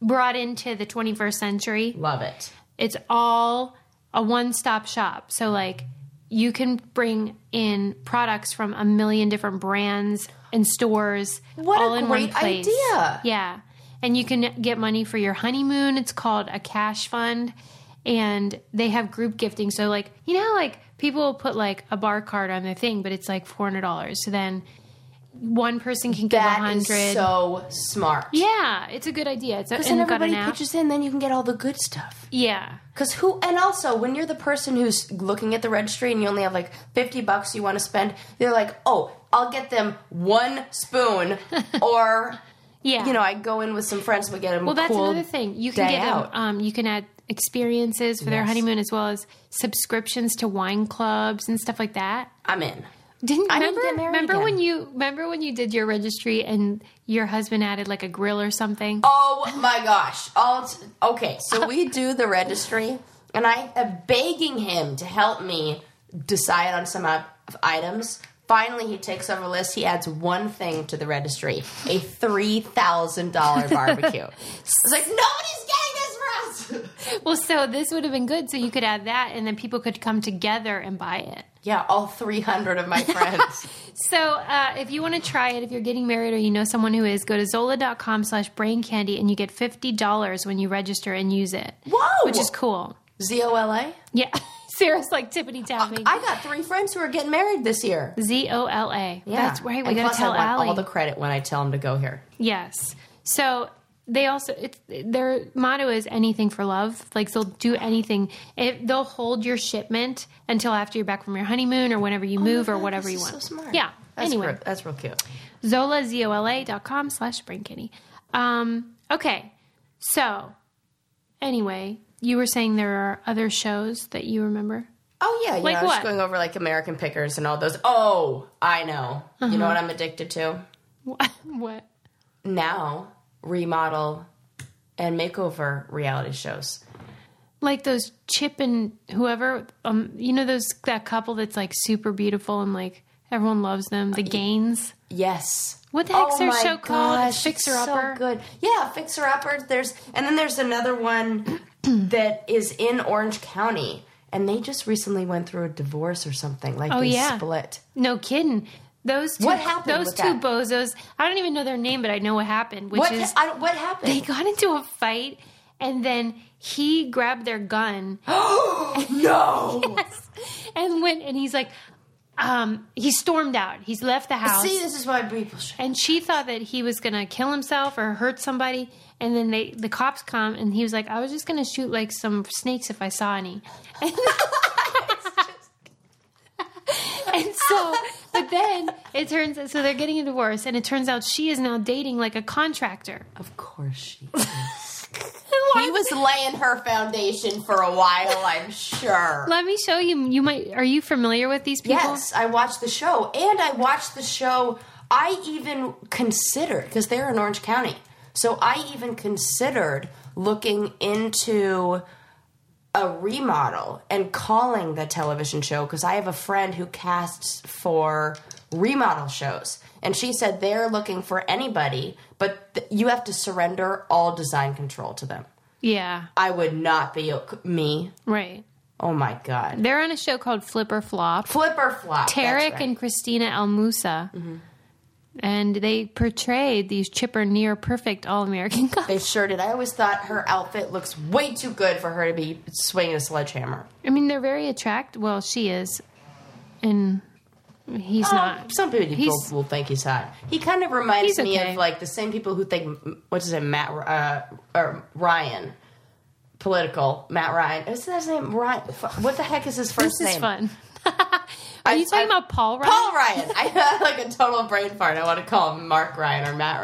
S1: brought into the 21st century.
S2: love it.
S1: It's all a one stop shop. So, like, you can bring in products from a million different brands and stores
S2: What a
S1: all in one
S2: great
S1: place.
S2: idea.
S1: Yeah. And you can get money for your honeymoon. It's called a cash fund. And they have group gifting. So, like, you know, how, like people will put like a bar card on their thing, but it's like $400. So then one person can give a
S2: That is
S1: 100
S2: so smart.
S1: Yeah, it's a good idea. It's a,
S2: Because then
S1: and got an
S2: everybody
S1: app.
S2: pitches in, then you can get all the good stuff.
S1: Yeah.
S2: Because who, and also when you're the person who's looking at the registry and you only have like 50 bucks you want to spend, they're like, oh, I'll get them one spoon, or,
S1: Yeah.
S2: you know, I go in with some friends, we get them
S1: Well, that's
S2: cool
S1: another thing. You can
S2: day
S1: get them.
S2: out.
S1: Um, you can add experiences for their
S2: Yes.
S1: honeymoon as well as subscriptions to wine clubs and stuff like that.
S2: I'm in.
S1: Didn't
S2: I need to
S1: remember?
S2: get married
S1: remember
S2: again.
S1: when you remember when you did your registry and your husband added like a grill or something?
S2: Oh my gosh. All t- okay, so we do the registry, and I am begging him to help me decide on some op- items. Finally, he takes over a list. He adds one thing to the registry a $3,000 barbecue. I was like, nobody's getting this for us.
S1: Well, so this would have been good. So you could add that, and then people could come together and buy it.
S2: yeah, all 300 of my friends.
S1: So uh, if you want to try it, if you're getting married or you know someone who is, go to zola.com slash brain candy and you get $50 when you register and use it.
S2: Whoa!
S1: Which is cool.
S2: Z O L A?
S1: Yeah. Sarah's like tippity tapping.
S2: I got three friends who are getting married this year.
S1: Z O L A.
S2: Yeah.
S1: That's right. We
S2: and
S1: got to
S2: plus
S1: tell
S2: I want
S1: Allie.
S2: all the credit when I tell him to go here.
S1: yes. So they also it's their motto is anything for love. Like they'll do anything. If they'll hold your shipment until after you're back from your honeymoon or whenever
S2: Oh
S1: you move or whatever you
S2: is
S1: want.
S2: so smart.
S1: Yeah.
S2: That's,
S1: anyway,
S2: real- that's real cute.
S1: Zola Z O L A dot com slash brain kitty. Um. Okay. So anyway, you were saying there are other shows that you remember.
S2: Oh yeah, you
S1: Like
S2: know, I was
S1: what?
S2: just going over like American Pickers and all those. Oh, I know. You
S1: Uh-huh.
S2: know what I'm addicted to
S1: what?
S2: now? Remodel and makeover reality shows.
S1: like those Chip and whoever, um, you know those that couple that's like super beautiful and like everyone loves them.
S2: Uh,
S1: The Gaines.
S2: Yes.
S1: What the heck's
S2: oh
S1: their
S2: my
S1: show called?
S2: gosh, it's
S1: Fixer Upper.
S2: So good. Yeah, Fixer Upper. There's and then there's another one that is in Orange County, and they just recently went through a divorce or something. Like they
S1: Oh, yeah.
S2: split.
S1: No kidding. Those two,
S2: What happened
S1: Those
S2: with
S1: two
S2: that?
S1: bozos. I don't even know their name, but I know what happened, which
S2: What?
S1: is
S2: I don't- what happened?
S1: they got into a fight and then he grabbed their gun
S2: oh no!
S1: and went and he's like, um, he stormed out. He's left the house.
S2: See, this is why people. Should.
S1: and she thought that he was gonna kill himself or hurt somebody and then they the cops come and he was like i was just gonna shoot like some snakes if i saw any and, and so but then it turns so they're getting a divorce and it turns out she is now dating like a contractor
S2: Of course she.
S1: Why-
S2: He was laying her foundation for a while, I'm sure.
S1: let me show you you might are you familiar with these people
S2: Yes, I watched the show, and I watched the show. I even considered because they're in Orange County, so I even considered looking into a remodel and calling the television show because I have a friend who casts for remodel shows. And she said they're looking for anybody, but th- you have to surrender all design control to them.
S1: Yeah.
S2: I would not be o- me.
S1: Right.
S2: Oh my God.
S1: They're on a show called Flip or Flop.
S2: Flip or flop. that's
S1: Tarek
S2: right. Mm-hmm.
S1: and Christina El Musa. And they portrayed these chipper, near perfect all American couples.
S2: They sure did. I always thought her outfit looks way too good for her to be swinging a sledgehammer.
S1: I mean, they're very attractive. Well, she is. And he's
S2: Oh,
S1: not.
S2: Some people
S1: He's-
S2: will think he's hot. He kind of reminds
S1: He's
S2: me
S1: okay.
S2: of like the same people who think what's his name, Matt uh, or Ryan, political Matt Ryan. What's his name? Ryan. F- What the heck is his first name?
S1: This is fun. Are
S2: I-
S1: you talking
S2: I-
S1: about Paul Ryan?
S2: Paul Ryan. I had like a total brain fart. I want to call him Mark Ryan or Matt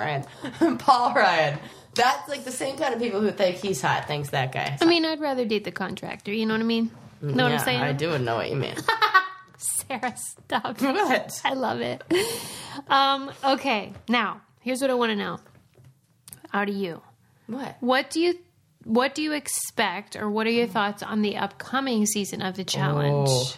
S2: Ryan. Paul Ryan. That's like the same kind of people who think he's hot. Thinks that guy.
S1: I mean, I'd rather date the contractor. You know what I mean? Know what I'm
S2: Yeah,
S1: saying?
S2: I do know what you mean.
S1: Sarah, stop.
S2: What?
S1: I love it. Um, okay, now here's what I want to know. Out of you,
S2: What?
S1: what do you what do you expect, or what are your thoughts on the upcoming season of the challenge?
S2: Oh.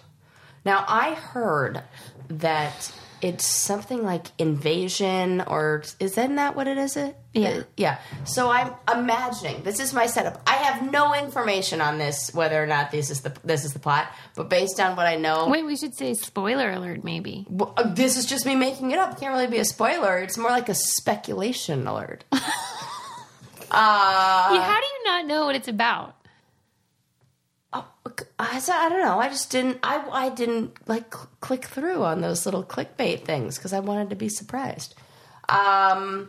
S2: Now I heard that it's something like invasion, or is that not what it is? It
S1: Yeah.
S2: Uh, yeah. So I'm imagining this is my setup. I have no information on this, whether or not this is the this is the plot, but based on what I know,
S1: Wait, we should say spoiler alert, maybe.
S2: w- uh, this is just me making it up. Can't really be a spoiler. It's more like a speculation alert. uh,
S1: Yeah, how do you not know what it's about?
S2: Oh, I, so- I don't know. I just didn't. I I didn't like cl- click through on those little clickbait things because I wanted to be surprised. Um,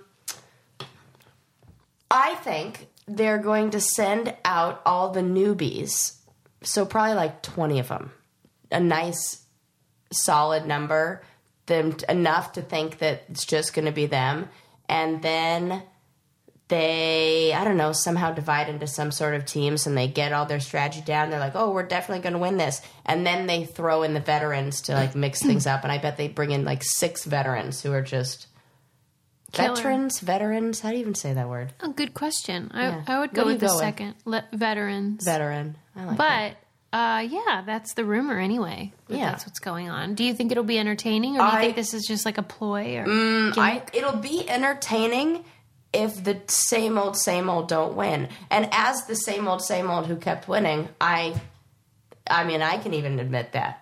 S2: I think they're going to send out all the newbies, so probably like twenty of them, a nice, solid number, them enough to think that it's just going to be them, and then they i don't know somehow divide into some sort of teams and they get all their strategy down they're like oh we're definitely going to win this and then they throw in the veterans to like mix things up and i bet they bring in like six veterans who are just
S1: Killer.
S2: veterans veterans how do you even say that word
S1: Oh, good question. I,
S2: Yeah.
S1: I would
S2: What
S1: go
S2: do you
S1: with the
S2: go with?
S1: second Le- veterans,
S2: veteran i like that.
S1: but. Uh, yeah, that's the rumor anyway. that
S2: Yeah.
S1: that's what's going on. Do you think it'll be entertaining, or do you
S2: I- Mm,
S1: think this is just like a ploy? Or
S2: I, it'll be entertaining if the same old same old don't win and as the same old same old who kept winning i i mean i can even admit that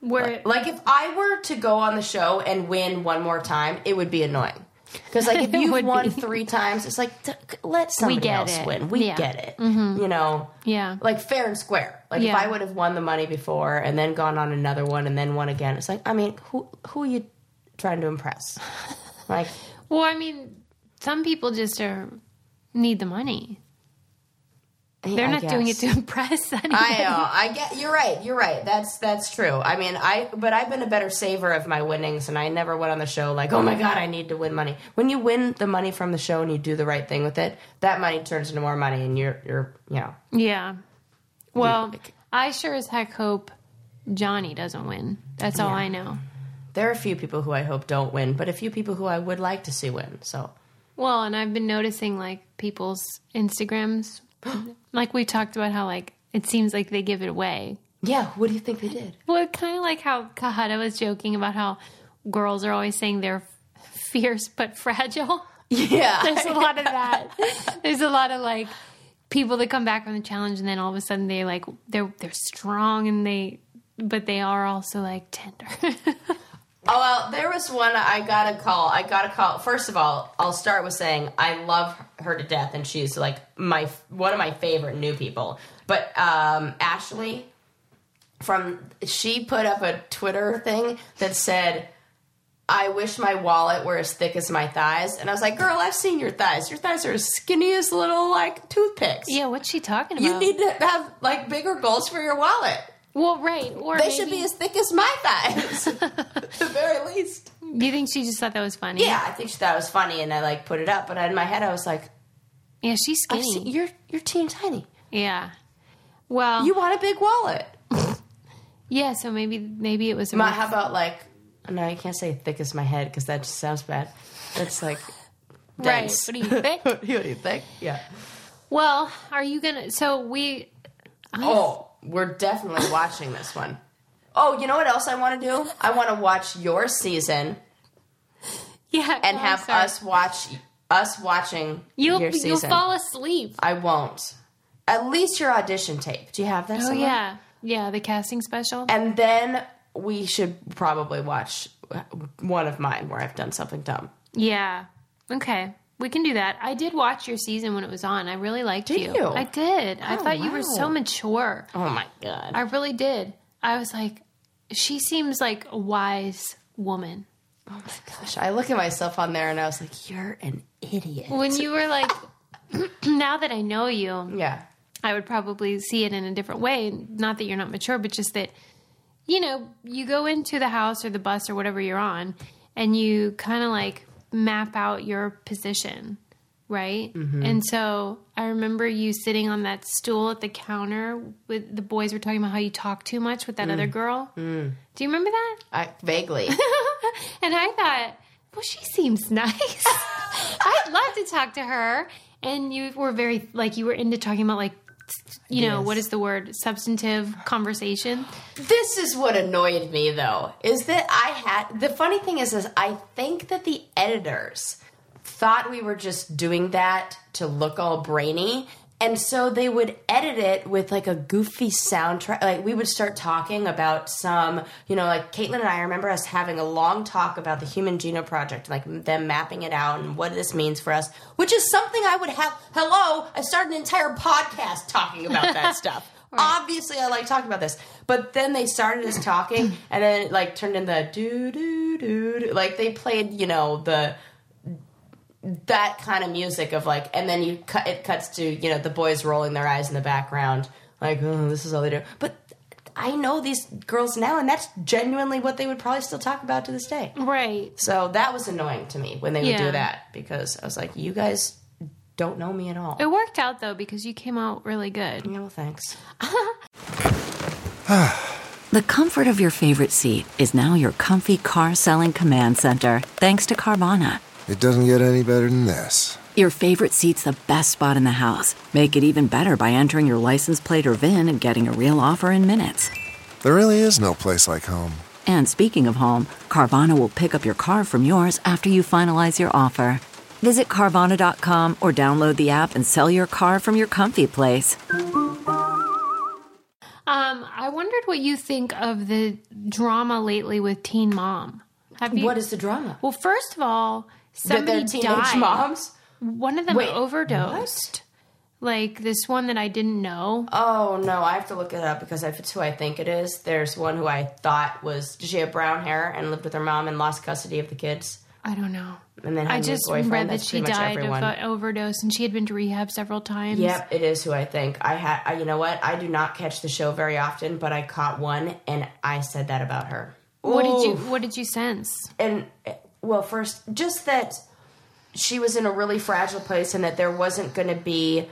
S1: where
S2: Like if I were to go on the show and win one more time, it would be annoying. Because like if
S1: It
S2: you've
S1: would
S2: won
S1: be.
S2: three times, it's like t- let somebody
S1: get
S2: else
S1: it.
S2: win. We
S1: Yeah. Mm-hmm.
S2: get it. You know,
S1: yeah,
S2: like fair and square. Like
S1: Yeah.
S2: if I would have won the money before and then gone on another one and then won again, it's like I mean, who who are you trying to impress? Like
S1: Well, I mean, some people just are need the money. They're not doing it to impress anyone.
S2: I know. I get. You're right. You're right. That's that's true. I mean, I but I've been a better saver of my winnings, and I never went on the show like, oh my god, I need to win money. When you win the money from the show and you do the right thing with it, that money turns into more money, and you're you're you know.
S1: Yeah. Well, I sure as heck hope Johnny doesn't win. That's all I know.
S2: There are a few people who I hope don't win, but a few people who I would like to see win. So
S1: Well, and I've been noticing like people's Instagrams. like we talked about how like it seems like they give it away.
S2: yeah, what do you think they did?
S1: Well, kind of like how Kahada was joking about how girls are always saying they're fierce but fragile.
S2: Yeah,
S1: There's a lot of that. There's a lot of like people that come back from the challenge and then all of a sudden they like they're they're strong and they but they are also like tender.
S2: Oh well, there was one I got a call. I got a call. First of all, I'll start with saying I love her to death, and she's like my one of my favorite new people. But um, Ashley from she put up a Twitter thing that said. I wish my wallet were as thick as my thighs. And I was like, girl, I've seen your thighs. Your thighs are as skinny as little, like, toothpicks.
S1: yeah, what's she talking
S2: You
S1: about?
S2: need to have, like, bigger goals for your wallet.
S1: well, right. Or
S2: They
S1: maybe,
S2: should be as thick as my thighs, at the very least.
S1: Do you think she just thought that was funny?
S2: Yeah, I think she thought it was funny, and I like put it up. But in my head, I was like,
S1: Yeah, she's
S2: I've
S1: skinny.
S2: seen- "You're you're teeny tiny.
S1: yeah. Well,
S2: You want a big wallet?
S1: yeah, so maybe maybe it was a
S2: Ma, how about like? No, you can't say thick as my head because that just sounds bad. That's like
S1: right.
S2: dense.
S1: What do you think?
S2: what do you think? Yeah.
S1: well, are you going to so we
S2: Oh, we're definitely watching this one. Oh, you know what else I want to do? I want to watch your season
S1: Yeah,
S2: and
S1: oh,
S2: have
S1: sorry.
S2: us watch us watching
S1: You'll
S2: your season.
S1: you'll fall asleep.
S2: I won't. At least your audition tape. Do you have that?
S1: Oh
S2: somewhere?
S1: yeah, yeah. The casting special.
S2: And then we should probably watch one of mine where I've done something dumb.
S1: Yeah. Okay. We can do that. I did watch your season when it was on. I really liked you.
S2: you? Oh,
S1: I did. I thought you were so
S2: wow.
S1: mature.
S2: Oh my god.
S1: I really did. I was like, she seems like a wise woman.
S2: Oh my gosh. I look at myself on there and I was like, "You're an idiot."
S1: When you were like, now that I know you,
S2: Yeah.
S1: I would probably see it in a different way. Not that you're not mature, but just that, you know, you go into the house or the bus or whatever you're on and you kind of like map out your position, right?
S2: Mm-hmm.
S1: And so I remember you sitting on that stool at the counter with the boys were talking about how you talk too much with that other
S2: Mm.
S1: girl. Do you remember that?
S2: I vaguely.
S1: and I thought, well, she seems nice. I'd love to talk to her. And you were very like you were into talking about like you know
S2: Yes.
S1: what is the word substantive conversation.
S2: This is what annoyed me though, is that I had the funny thing is is I think that the editors thought we were just doing that to look all brainy. And so they would edit it with like a goofy soundtrack. Like we would start talking about some, you know, like Caitlin and I remember us having a long talk about the Human Genome Project, like them mapping it out and what this means for us, which is something I would have. Hello, I started an entire podcast talking about that stuff. Obviously, I like talking about this. But then they started us talking, and then it like turned into do do do do. Like they played, you know, the that kind of music of like, and then you cut it cuts to you know the boys rolling their eyes in the background, like oh this is all they do. But I know these girls now, and that's genuinely what they would probably still talk about to this day.
S1: Right.
S2: So that was annoying to me when they would
S1: Yeah.
S2: do that because I was like, you guys don't know me at all.
S1: It worked out though because you came out really good.
S2: No thanks.
S3: The comfort of your favorite seat is now your comfy car selling command center, thanks to Carvana.
S4: It doesn't get any better than this.
S3: Your favorite seat's the best spot in the house. Make it even better by entering your license plate or VIN and getting a real offer in minutes.
S4: There really is no place like home.
S3: And speaking of home, Carvana will pick up your car from yours after you finalize your offer. Visit Carvana.com or download the app and sell your car from your comfy place.
S1: Um, I wondered what you think of the drama lately with Teen Mom. Have you?
S2: What is the drama?
S1: well, first of all,
S2: That
S1: somebody
S2: they're teenage
S1: died.
S2: moms.
S1: One of them
S2: Wait,
S1: overdosed. Like this one that I didn't know.
S2: Oh no, I have to look it up because if it's who I think it is, there's one who I thought was she had brown hair and lived with her mom and lost custody of the kids.
S1: I don't know.
S2: And then had
S1: I
S2: a new
S1: just
S2: boyfriend.
S1: read that
S2: That's
S1: she
S2: pretty much
S1: died of uh,
S2: everyone.
S1: an overdose, and she had been to rehab several times.
S2: Yep, it is who I think. I had, I, you know what? I do not catch the show very often, but I caught one, and I said that about her.
S1: What did you
S2: Ooh.
S1: What did you sense?
S2: And eh, well, first, just that she was in a really fragile place, and that there wasn't going to be.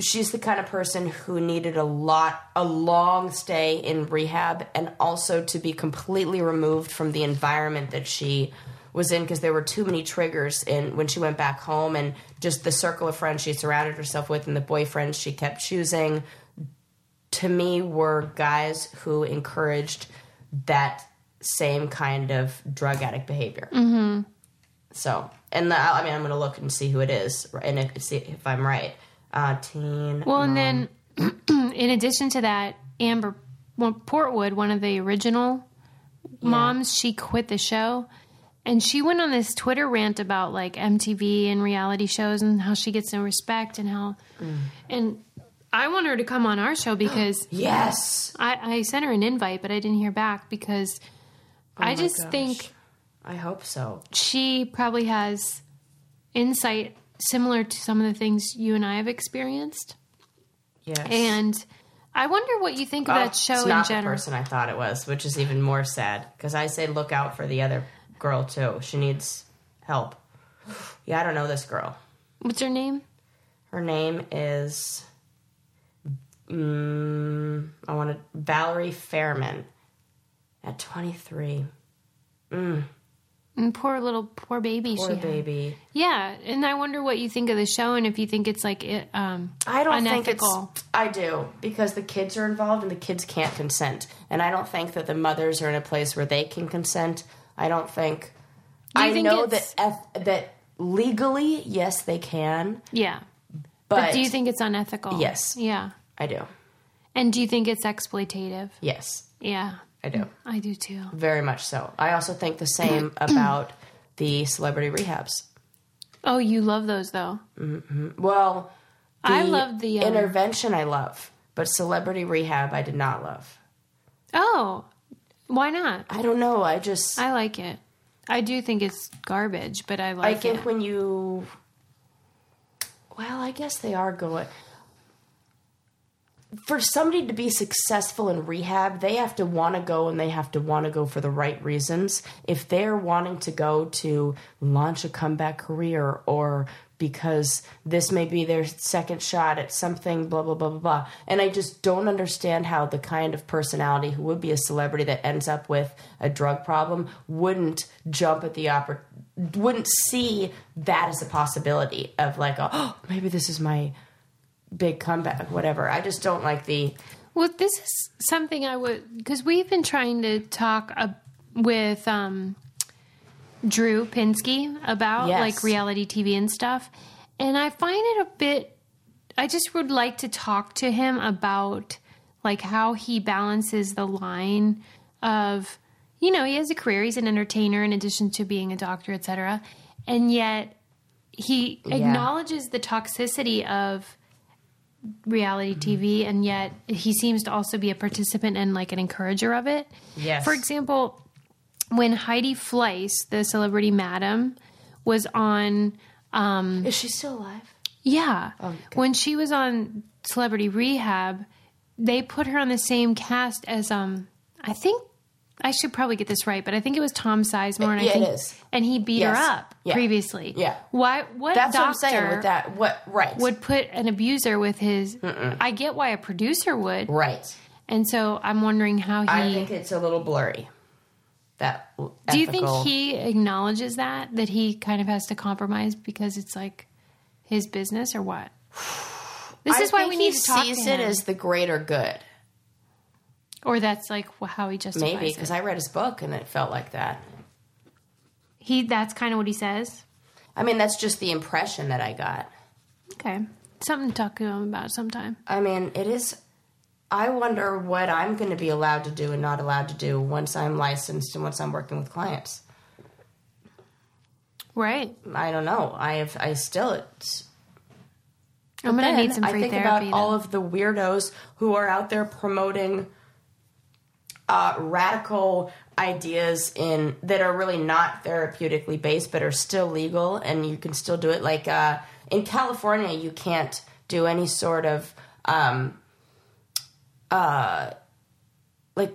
S2: She's the kind of person who needed a lot, a long stay in rehab, and also to be completely removed from the environment that she was in because there were too many triggers in when she went back home and just the circle of friends she surrounded herself with and the boyfriends she kept choosing to me were guys who encouraged that same kind of drug addict behavior. Mm-hmm. So, and the, I mean, I'm going to look and see who it is, and if, see if I'm right. Uh, teen.
S1: Well, and then in addition to that, Amber well, Portwood, one of the original moms, she quit the show, and she went on this Twitter rant about like MTV and reality shows and how she gets no respect and how
S2: Mm.
S1: and. I want her to come on our show because
S2: yes,
S1: I, I sent her an invite, but I didn't hear back because
S2: Oh
S1: I just think
S2: I hope so.
S1: she probably has insight similar to some of the things you and I have experienced.
S2: Yes,
S1: And I wonder what you think of
S2: Oh,
S1: that show
S2: it's
S1: in
S2: not the
S1: general.
S2: person I thought it was, which is even more sad because I say look out for the other girl too. She needs help. Yeah, I don't know this girl.
S1: What's her name?
S2: Her name is. Mm, I want to. Valerie Fairman at 23. Mm.
S1: And poor little poor baby.
S2: Poor
S1: she had.
S2: baby.
S1: Yeah, and I wonder what you think of the show and if you think it's like it, um
S2: I don't
S1: unethical.
S2: think it's. I do because the kids are involved and the kids can't consent, and I don't think that the mothers are in a place where they can consent. I don't think.
S1: Do you
S2: I
S1: think
S2: know
S1: it's-
S2: that eth- that legally, yes, they can,
S1: yeah.
S2: but,
S1: do you think it's unethical?
S2: Yes.
S1: Yeah.
S2: I do?
S1: And do you think it's exploitative?
S2: Yes,
S1: Yeah.
S2: I do.
S1: I do too.
S2: Very much so. I also think the same about the celebrity rehabs.
S1: Oh, you love those though.
S2: Well,
S1: I love the um,
S2: intervention. I love, but celebrity rehab, I did not love.
S1: Oh, why not?
S2: I don't know. I just
S1: I like it. I do think it's garbage, but I
S2: I
S1: like
S2: think
S1: it.
S2: when you, well, I guess they are going. For somebody to be successful in rehab, they have to want to go and they have to want to go for the right reasons. If they're wanting to go to launch a comeback career or because this may be their second shot at something, blah, blah, blah, blah, blah. And I just don't understand how the kind of personality who would be a celebrity that ends up with a drug problem wouldn't jump at the opportunity wouldn't see that as a possibility of like a, oh maybe this is my big comeback whatever i just don't like the
S1: Well, this is something I would because we've been trying to talk uh, with um, Drew Pinsky about
S2: Yes.
S1: like reality TV and stuff, and I find it a bit. I just would like to talk to him about like how he balances the line of you know he has a career he's an entertainer in addition to being a doctor etc and yet he acknowledges the toxicity of reality TV, and yet he seems to also be a participant and like an encourager of it.
S2: Yes.
S1: For example, when Heidi Fleiss, the celebrity madam, was on,
S2: is she still alive
S1: yeah,
S2: Oh,
S1: when she was on Celebrity Rehab, they put her on the same cast as um, I think I should probably get this right, but I think it was Tom Sizemore, and
S2: Yeah,
S1: I
S2: it
S1: think
S2: is.
S1: and he beat her
S2: Yes.
S1: up
S2: Yeah.
S1: previously.
S2: Yeah.
S1: why? What
S2: that's
S1: doctor
S2: what i'm saying with that what right
S1: would put an abuser with his? I get why a producer would,
S2: right
S1: And so I'm wondering how he.
S2: i think it's a little blurry that
S1: do you think
S2: ethical-
S1: he acknowledges that that he kind of has to compromise because it's like his business or what? This
S2: I
S1: is why
S2: think
S1: we
S2: he
S1: need to talk to
S2: sees
S1: him.
S2: it as the greater good
S1: or that's like wh- how he justifies
S2: maybe
S1: it.
S2: because i read his book and it felt like that
S1: he that's kind of what he says.
S2: i mean that's just the impression that i got
S1: Okay, something to talk to him about sometime.
S2: I mean, it is. I wonder what I'm going to be allowed to do and not allowed to do once I'm licensed and once I'm working with clients.
S1: Right.
S2: I don't know. I have. I still. It's,
S1: I'm gonna
S2: then
S1: need some
S2: I
S1: free
S2: think
S1: therapy.
S2: about all of the weirdos who are out there promoting uh, radical ideas in that are really not therapeutically based, but are still legal, and you can still do it. Like uh, in California, you can't do any sort of um, uh, like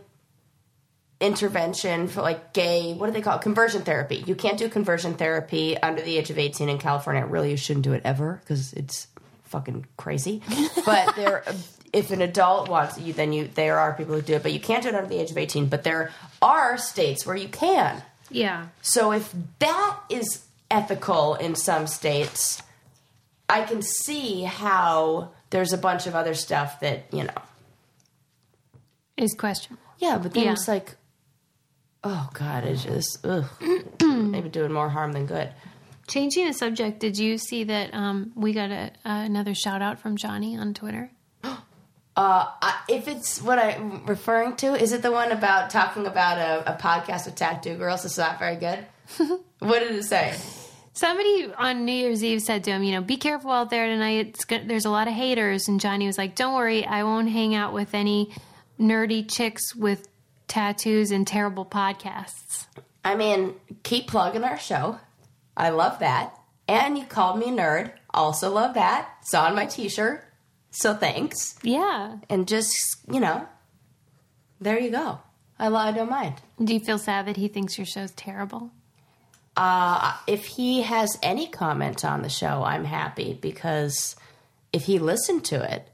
S2: intervention for like gay what do they call it conversion therapy you can't do conversion therapy under the age of 18 in california really you shouldn't do it ever because it's fucking crazy but there if an adult wants you then you there are people who do it but you can't do it under the age of 18 but there are states where you can
S1: yeah.
S2: so if that is ethical in some states i can see how there's a bunch of other stuff that you know
S1: Is question.
S2: yeah, but then
S1: Yeah.
S2: it's like, oh god, it's just ugh, maybe doing more harm than good.
S1: Changing the subject, did you see that um, we got a, another shout out from Johnny on Twitter?
S2: I, if it's what I'm referring to, is it the one about talking about a, a podcast with tattoo girls that's not very good? what did it say?
S1: Somebody on New Year's Eve said to him, you know, be careful out there tonight. It's go- there's a lot of haters. And Johnny was like, don't worry, I won't hang out with any nerdy chicks with tattoos and terrible podcasts.
S2: I mean, keep plugging our show. I love that. And you called me a nerd. Also love that. It's on my T-shirt. So thanks.
S1: Yeah.
S2: And just you know, there you go. I lo- I don't mind.
S1: Do you feel sad that he thinks your show's terrible?
S2: if he has any comment on the show, I'm happy because if he listened to it,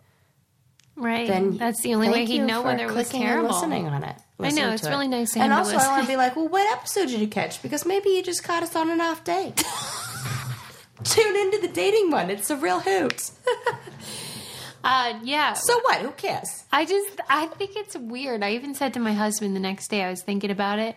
S1: Right.
S2: then
S1: That's the only way
S2: thank
S1: he'd
S2: you
S1: know
S2: for
S1: whether it was
S2: clicking and
S1: terrible.
S2: listening on it.
S1: I know
S5: listening
S1: it's
S5: to it.
S1: really nice. To
S2: And
S1: him
S2: also,
S1: to
S2: I want
S1: listen.
S2: to be like, well, what episode did you catch? Because maybe you just caught us on an off day. Tune into the dating one. It's a real hoot.
S1: uh, yeah.
S2: So what? Who cares?
S1: I just I think it's weird. I even said to my husband the next day I was thinking about it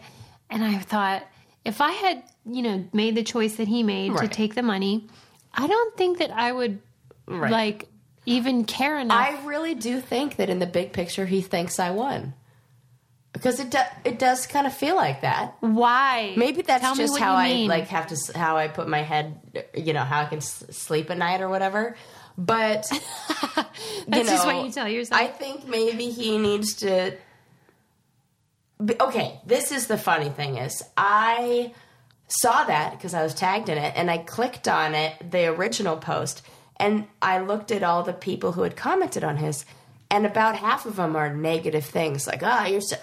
S1: and I thought if I had, you know, made the choice that he made to
S5: Right.
S1: take the money, I don't think that I would
S5: Right.
S1: like even care enough.
S2: I really do think that in the big picture, he thinks I won. Because it do, it does kind of feel like that.
S1: Why?
S2: Maybe that's
S1: Tell me
S2: just
S1: what
S2: how
S1: you
S2: I
S1: mean.
S2: like have to s- how I put my head, you know, how I can s- sleep at night or whatever. But
S1: That's
S2: you
S1: just
S2: know,
S1: what you tell yourself.
S2: I think maybe he needs to. B- Okay, this is the funny thing is I saw that because I was tagged in it, and I clicked on it, the original post, and I looked at all the people who had commented on his, and about half of them are negative things like, "Ah, you're so."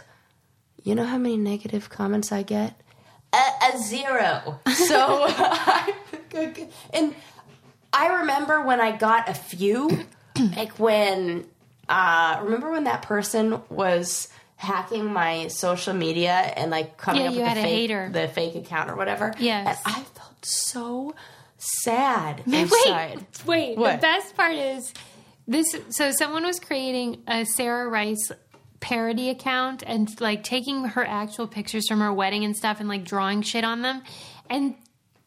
S2: You know how many negative comments I get? A, a zero. So, I, and I remember when I got a few, like when uh, remember when that person was hacking my social media and like coming
S1: Yeah,
S2: up
S1: you
S2: with
S1: had
S2: the
S1: a
S2: fake,
S1: hater.
S2: the fake account or whatever.
S1: Yes.
S2: and I felt so sad
S1: Wait,
S2: inside.
S1: wait. The
S2: What?
S1: best part is this. So someone was creating a Sarah Rice parody account and like taking her actual pictures from her wedding and stuff and like drawing shit on them. And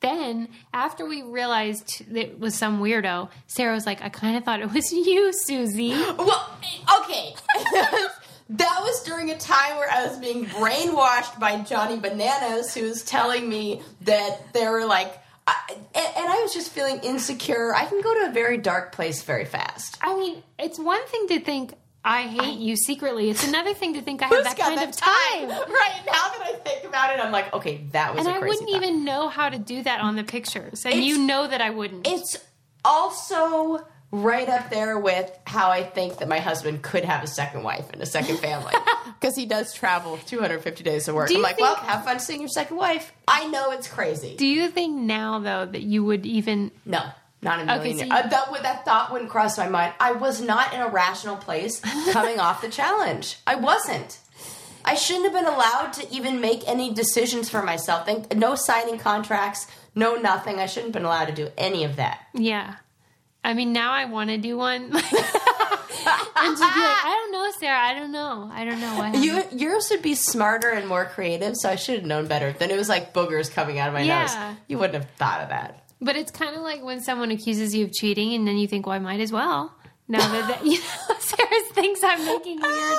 S1: then after we realized it was some weirdo, Sarah was like, "I kind of thought it was you, Susie."
S2: Well, okay. that was during a time where I was being brainwashed by Johnny Bananas, who was telling me that there were like. I, and, and I was just feeling insecure. I can go to a very dark place very fast.
S1: I mean, it's one thing to think. I hate you secretly. It's another thing to think I have
S2: Who's
S1: that
S2: got
S1: kind
S2: that
S1: of
S2: time?
S1: time.
S2: Right now that I think about it, I'm like, okay, that was
S1: And
S2: a
S1: I
S2: crazy
S1: wouldn't
S2: thought.
S1: even know how to do that on the pictures. And
S2: It's-
S1: you know that I wouldn't.
S2: It's also right up there with how I think that my husband could have a second wife and a second family because he does travel 250 days to work.
S1: Do
S2: I'm
S1: you
S2: like, well,
S1: think-
S2: have fun seeing your second wife. I know it's crazy.
S1: Do you think now though that you would even
S2: No, not in a
S1: Okay,
S2: million
S1: so
S2: years.
S1: you-
S2: Uh, that, would- that thought wouldn't cross my mind. I was not in a rational place coming off the challenge. I wasn't. I shouldn't have been allowed to even make any decisions for myself. Think- No signing contracts, no nothing. I shouldn't have been allowed to do any of that.
S1: yeah. I mean now I want to do one. Like, and just be like, I don't know, Sarah. I don't know. I don't know what
S2: You, yours would be smarter and more creative, so I should have known better. Then it was like boogers coming out of my
S1: Yeah.
S2: nose. You wouldn't have thought of that.
S1: But it's kind of like when someone accuses you of cheating and then you think, "Well, I might as well." Now that, that you know, Sarah thinks I'm making weird.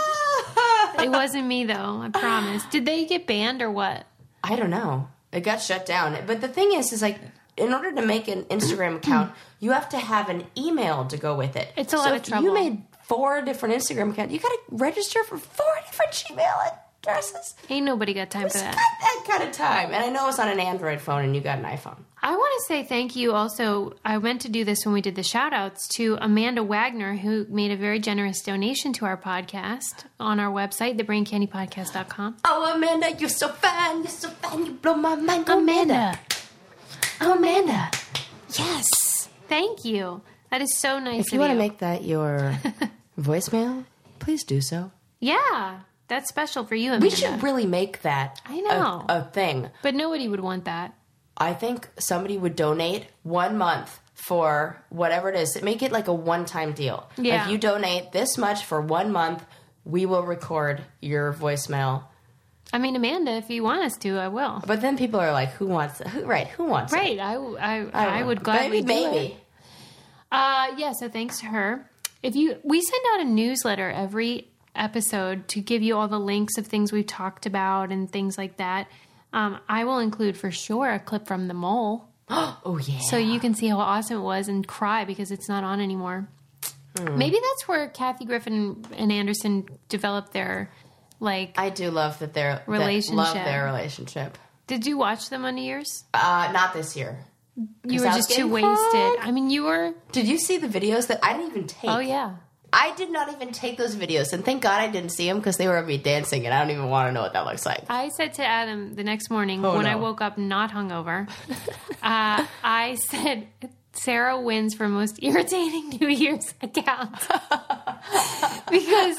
S1: It wasn't me though. I promise. Did they get banned or what?
S2: I don't know. It got shut down. But the thing is, is like, in order to make an Instagram account, you have to have an email to go with it.
S1: It's a lot
S2: so
S1: of
S2: if
S1: trouble.
S2: You made four different Instagram accounts. You got to register for four different Gmail addresses.
S1: Ain't nobody got time for
S2: It's not
S1: that.
S2: that kind of time. And I know it's on an Android phone, and you got an iPhone.
S1: I want to say thank you also. I meant to do this when we did the shout outs to Amanda Wagner, who made a very generous donation to our podcast on our website, thebraincandypodcast.com.
S2: Oh, Amanda, you're so fine. You're so fine. You blow my mind,
S1: Amanda. Yes. Thank you. That is so nice
S2: If
S1: of
S2: you want to make that your voicemail, please do so.
S1: yeah. That's special for you, Amanda.
S2: We should really make that
S1: I know.
S2: a, a thing.
S1: But nobody would want that.
S2: I think somebody would donate one month for whatever it is. Make it like a one time deal.
S1: Yeah.
S2: If you donate this much for one month, we will record your voicemail.
S1: I mean, Amanda, if you want us to, I will.
S2: But then people are like, who wants who right, who wants it?
S1: Right. I, I,
S2: don't
S1: I,
S2: know.
S1: would gladly
S2: maybe,
S1: do
S2: maybe.
S1: it. Uh, yeah. So thanks to her. If you, we send out a newsletter every episode to give you all the links of things we've talked about and things like that. Um, I will include for sure a clip from the mole,
S2: Oh yeah.
S1: so you can see how awesome it was and cry because it's not on anymore. Maybe that's where Kathy Griffin and Anderson developed their like.
S2: I do love that their that- love
S1: Relationship.
S2: their relationship.
S1: did you watch them on New Year's?
S2: Uh, not this year.
S1: You
S2: 'cause
S1: were
S2: I was
S1: just too
S2: getting
S1: wasted.
S2: caught.
S1: I mean, you were.
S2: Did you see the videos that I didn't even take?
S1: Oh yeah.
S2: I did not even take those videos, and thank God I didn't see them because they were of me dancing, and I don't even want to know what that looks like.
S1: I said to Adam the next morning when I
S2: Oh, no.
S1: woke up not hungover, uh, I said, Sarah wins for most irritating New Year's account. because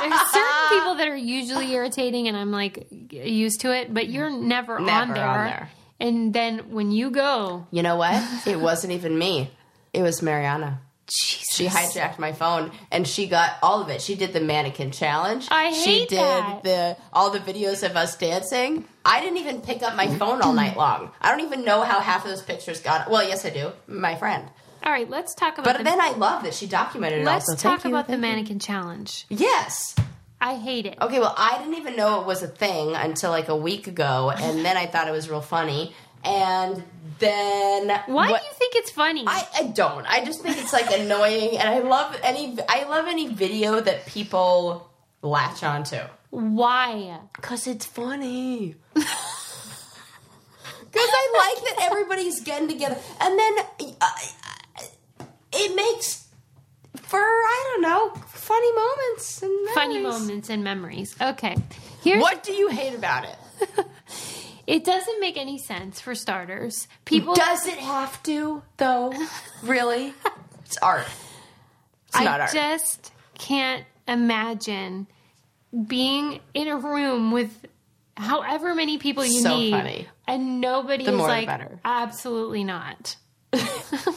S1: there's certain people that are usually irritating and I'm like used to it, but you're never, on,
S2: Never on
S1: there.
S2: there.
S1: And then when you go,
S2: You know what? It wasn't even me. It was Mariana. She hijacked my phone and she got all of it. She did the mannequin challenge.
S1: I
S2: she
S1: hate
S2: did
S1: that.
S2: the all the videos of us dancing. I didn't even pick up my phone all night long. I don't even know how half of those pictures got. Well, yes, I do. My friend.
S1: all right, let's talk about
S2: But
S1: the,
S2: then I love that she documented it
S1: let's
S2: also. Thank
S1: talk
S2: you,
S1: about the
S2: thank you. Oh,
S1: mannequin challenge.
S2: Yes.
S1: I hate it.
S2: Okay, well, I didn't even know it was a thing until like a week ago, and then I thought it was real funny. And then
S1: Why
S2: what-
S1: do you think it's funny?
S2: I, I don't. I just think it's like annoying, and I love any I love any video that people latch onto
S1: Why?
S2: because it's funny. Because I like that everybody's getting together, and then uh, it makes for I don't know funny moments and
S1: Funny
S2: memories.
S1: moments and memories. Okay. Here's
S2: What do you hate about it?
S1: it doesn't make any sense for starters. People
S2: Does it have to though? Really? It's art. It's
S1: I
S2: not art.
S1: just can't imagine being in a room with however many people you
S2: So
S1: need
S2: funny.
S1: and nobody
S2: The
S1: is
S2: more the
S1: like
S2: better.
S1: absolutely not.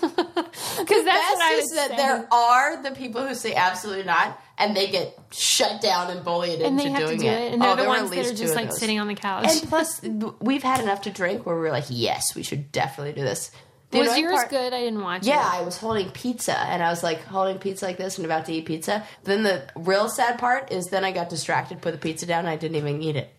S1: Because that's
S2: best
S1: what I
S2: is
S1: would
S2: that
S1: say.
S2: there are the people who say absolutely not, and they get shut down and bullied
S1: and
S2: into
S1: they have to
S2: doing
S1: do it,
S2: it.
S1: and they're
S2: Oh,
S1: the
S2: there were
S1: ones
S2: at
S1: that
S2: least
S1: are
S2: two
S1: just
S2: of
S1: like
S2: those.
S1: sitting on the couch.
S2: And plus, th- we've had enough to drink where we're like, yes, we should definitely do this. The
S1: was
S2: annoying
S1: yours
S2: part-
S1: good? I didn't watch
S2: Yeah, I
S1: it.
S2: was holding pizza, and I was like holding pizza like this and about to eat pizza. Then the real sad part is then I got distracted, put the pizza down, and I didn't even eat it.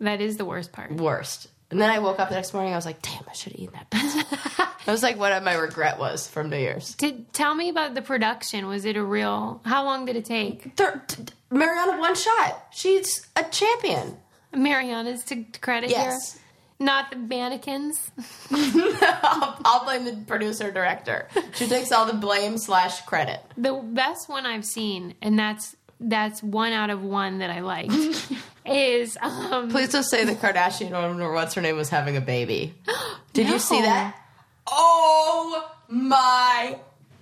S1: That is the worst part.
S2: Worst. And then I woke up the next morning, I was like, damn, I should have eaten that pizza. that was like what my regret was from New Year's.
S1: Did tell me about the production? Was it a real? How long did it take?
S2: Thir- t- t- Mariana one shot. She's a champion.
S1: Mariana's to credit
S2: Yes.
S1: here, not the mannequins.
S2: I'll, I'll blame the producer director. She takes all the blame slash credit.
S1: The best one I've seen, and that's that's one out of one that I liked, is um,
S2: Please don't say the Kardashian woman or what's her name was having a baby. Did you see
S1: No.
S2: that? Oh my.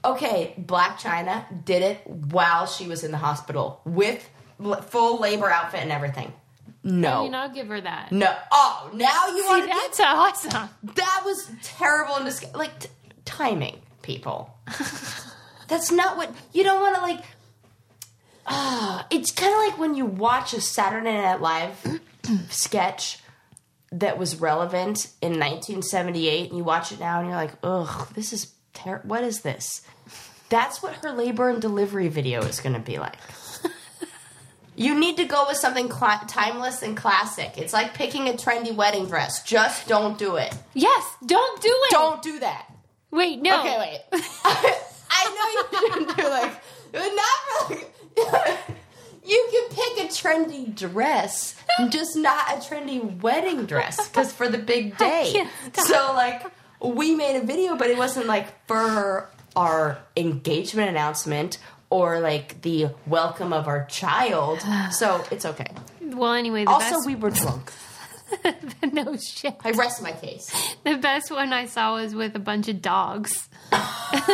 S2: Okay, Black China did it while she was in the hospital with l- full labor outfit and everything. No.
S1: you know, I'll give her that.
S2: no. Oh, now you
S1: See,
S2: want to get
S1: that's awesome.
S2: That was terrible and disgusting. Like t- timing, people. That's not what you don't want to like. Ah, it's kind of like when you watch a Saturday Night Live sketch that was relevant in 1978, and you watch it now, and you're like, "Ugh, this is ter- what is this?" That's what her labor and delivery video is going to be like. You need to go with something cla timeless and classic. It's like picking a trendy wedding dress. Just don't do it.
S1: Yes, don't do it.
S2: Don't do that.
S1: wait. No.
S2: Okay, wait. I know you shouldn't do like but not for like. you can pick a trendy dress, just not a trendy wedding dress, because for the big day.
S1: can't
S2: So like, we made a video, but it wasn't like for our engagement announcement or like the welcome of our child. So it's okay.
S1: Well, anyway, the
S2: Also,
S1: best.
S2: we were drunk.
S1: no shit.
S2: I rest my case.
S1: The best one I saw was with a bunch of dogs.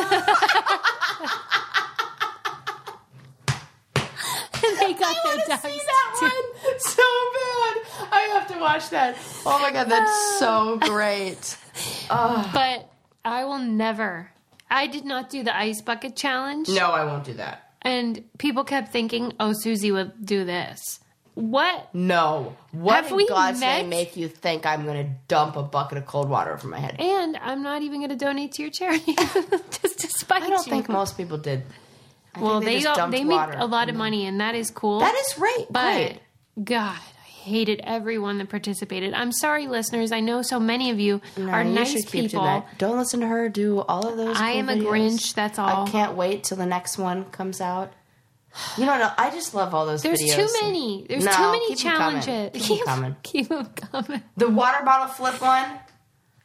S1: and they got their dogs.
S2: see that one so bad. I have to watch that. Oh my god,
S1: Ah.
S2: that's so great.
S1: But I will never. I did not do the ice bucket challenge.
S2: No, I won't do that.
S1: And people kept thinking, oh, Susie will do this. What?
S2: No. What
S1: Have
S2: in
S1: we
S2: God's
S1: met?
S2: name make you think I'm gonna dump a bucket of cold water over my head?
S1: And I'm not even going to donate to your charity just to spite
S2: I don't
S1: you.
S2: think most people did. I
S1: well,
S2: think
S1: they
S2: just
S1: all,
S2: dumped
S1: they make
S2: water.
S1: a lot of money, and that is cool.
S2: That is right.
S1: But
S2: great.
S1: God, I hated everyone that participated. I'm sorry, listeners. I know so many of you are
S2: You
S1: nice
S2: should keep doing
S1: people.
S2: that. Don't listen to her do all of those.
S1: I
S2: cool
S1: am a
S2: videos.
S1: Grinch, that's all.
S2: I can't wait till the next one comes out. You don't know. I just love all those
S1: There's
S2: videos.
S1: too many. There's
S2: No,
S1: too many
S2: keep 'em coming.
S1: challenges.
S2: Keep 'em coming.
S1: Keep 'em coming.
S2: The water bottle flip one.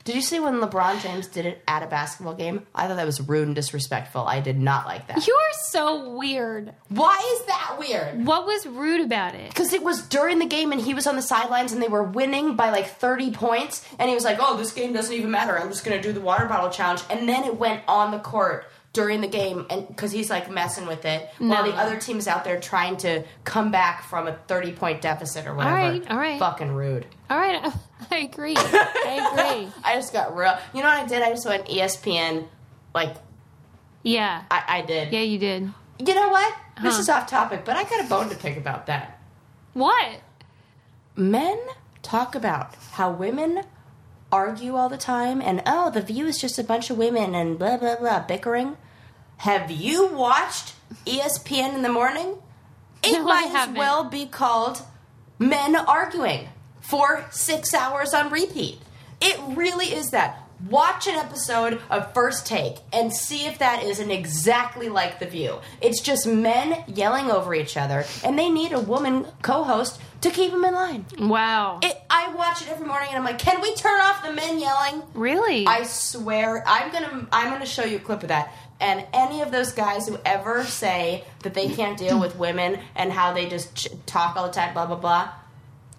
S2: Did you see when LeBron James did it at a basketball game? I thought that was rude and disrespectful. I did not like that.
S1: You're so weird.
S2: Why is that weird?
S1: What was rude about it?
S2: Because it was during the game and he was on the sidelines and they were winning by like 30 points and he was like, oh, this game doesn't even matter. I'm just going to do the water bottle challenge. And then it went on the court during the game and because he's like messing with it while the other team's out there trying to come back from a 30 point deficit or whatever
S1: right, all right.
S2: fucking rude
S1: All right, I, I agree. I agree.
S2: i just got real you know what i did i just went E espn like
S1: Yeah.
S2: i, I did
S1: Yeah, you did.
S2: you know what this is off topic but i got a bone to pick about that
S1: What?
S2: men talk about how women argue all the time and oh the view is just a bunch of women and blah blah blah bickering have you watched E espn in the morning it
S1: No, I
S2: might as
S1: haven't.
S2: well be called men arguing for six hours on repeat it really is that watch an episode of first take and see if that isn't exactly like the view it's just men yelling over each other and they need a woman co-host to keep them in line
S1: Wow.
S2: it, I watch it every morning, and I'm like, "Can we turn off the men yelling?"
S1: really?
S2: I swear, I'm gonna I'm gonna show you a clip of that. And any of those guys who ever say that they can't deal with women and how they just ch- talk all the time, blah blah blah,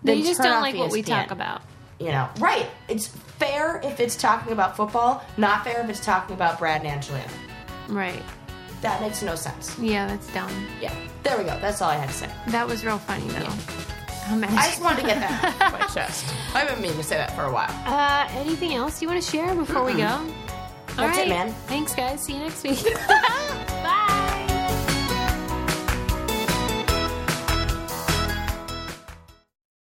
S1: they
S2: then
S1: just
S2: turn
S1: don't
S2: off
S1: like what we
S2: ESPN.
S1: talk about.
S2: You know, right? It's fair if it's talking about football, not fair if it's talking about Brad and Angelina.
S1: Right.
S2: That makes no sense.
S1: Yeah, that's dumb.
S2: Yeah, there we go. That's all I had to say.
S1: That was real funny though. I'm
S2: I just wanted to get that off my chest. I've been meaning to say that for a while.
S1: Uh, anything else you want to share before we go? All
S2: That's it,
S1: right.
S2: man.
S1: Thanks, guys. See you next week.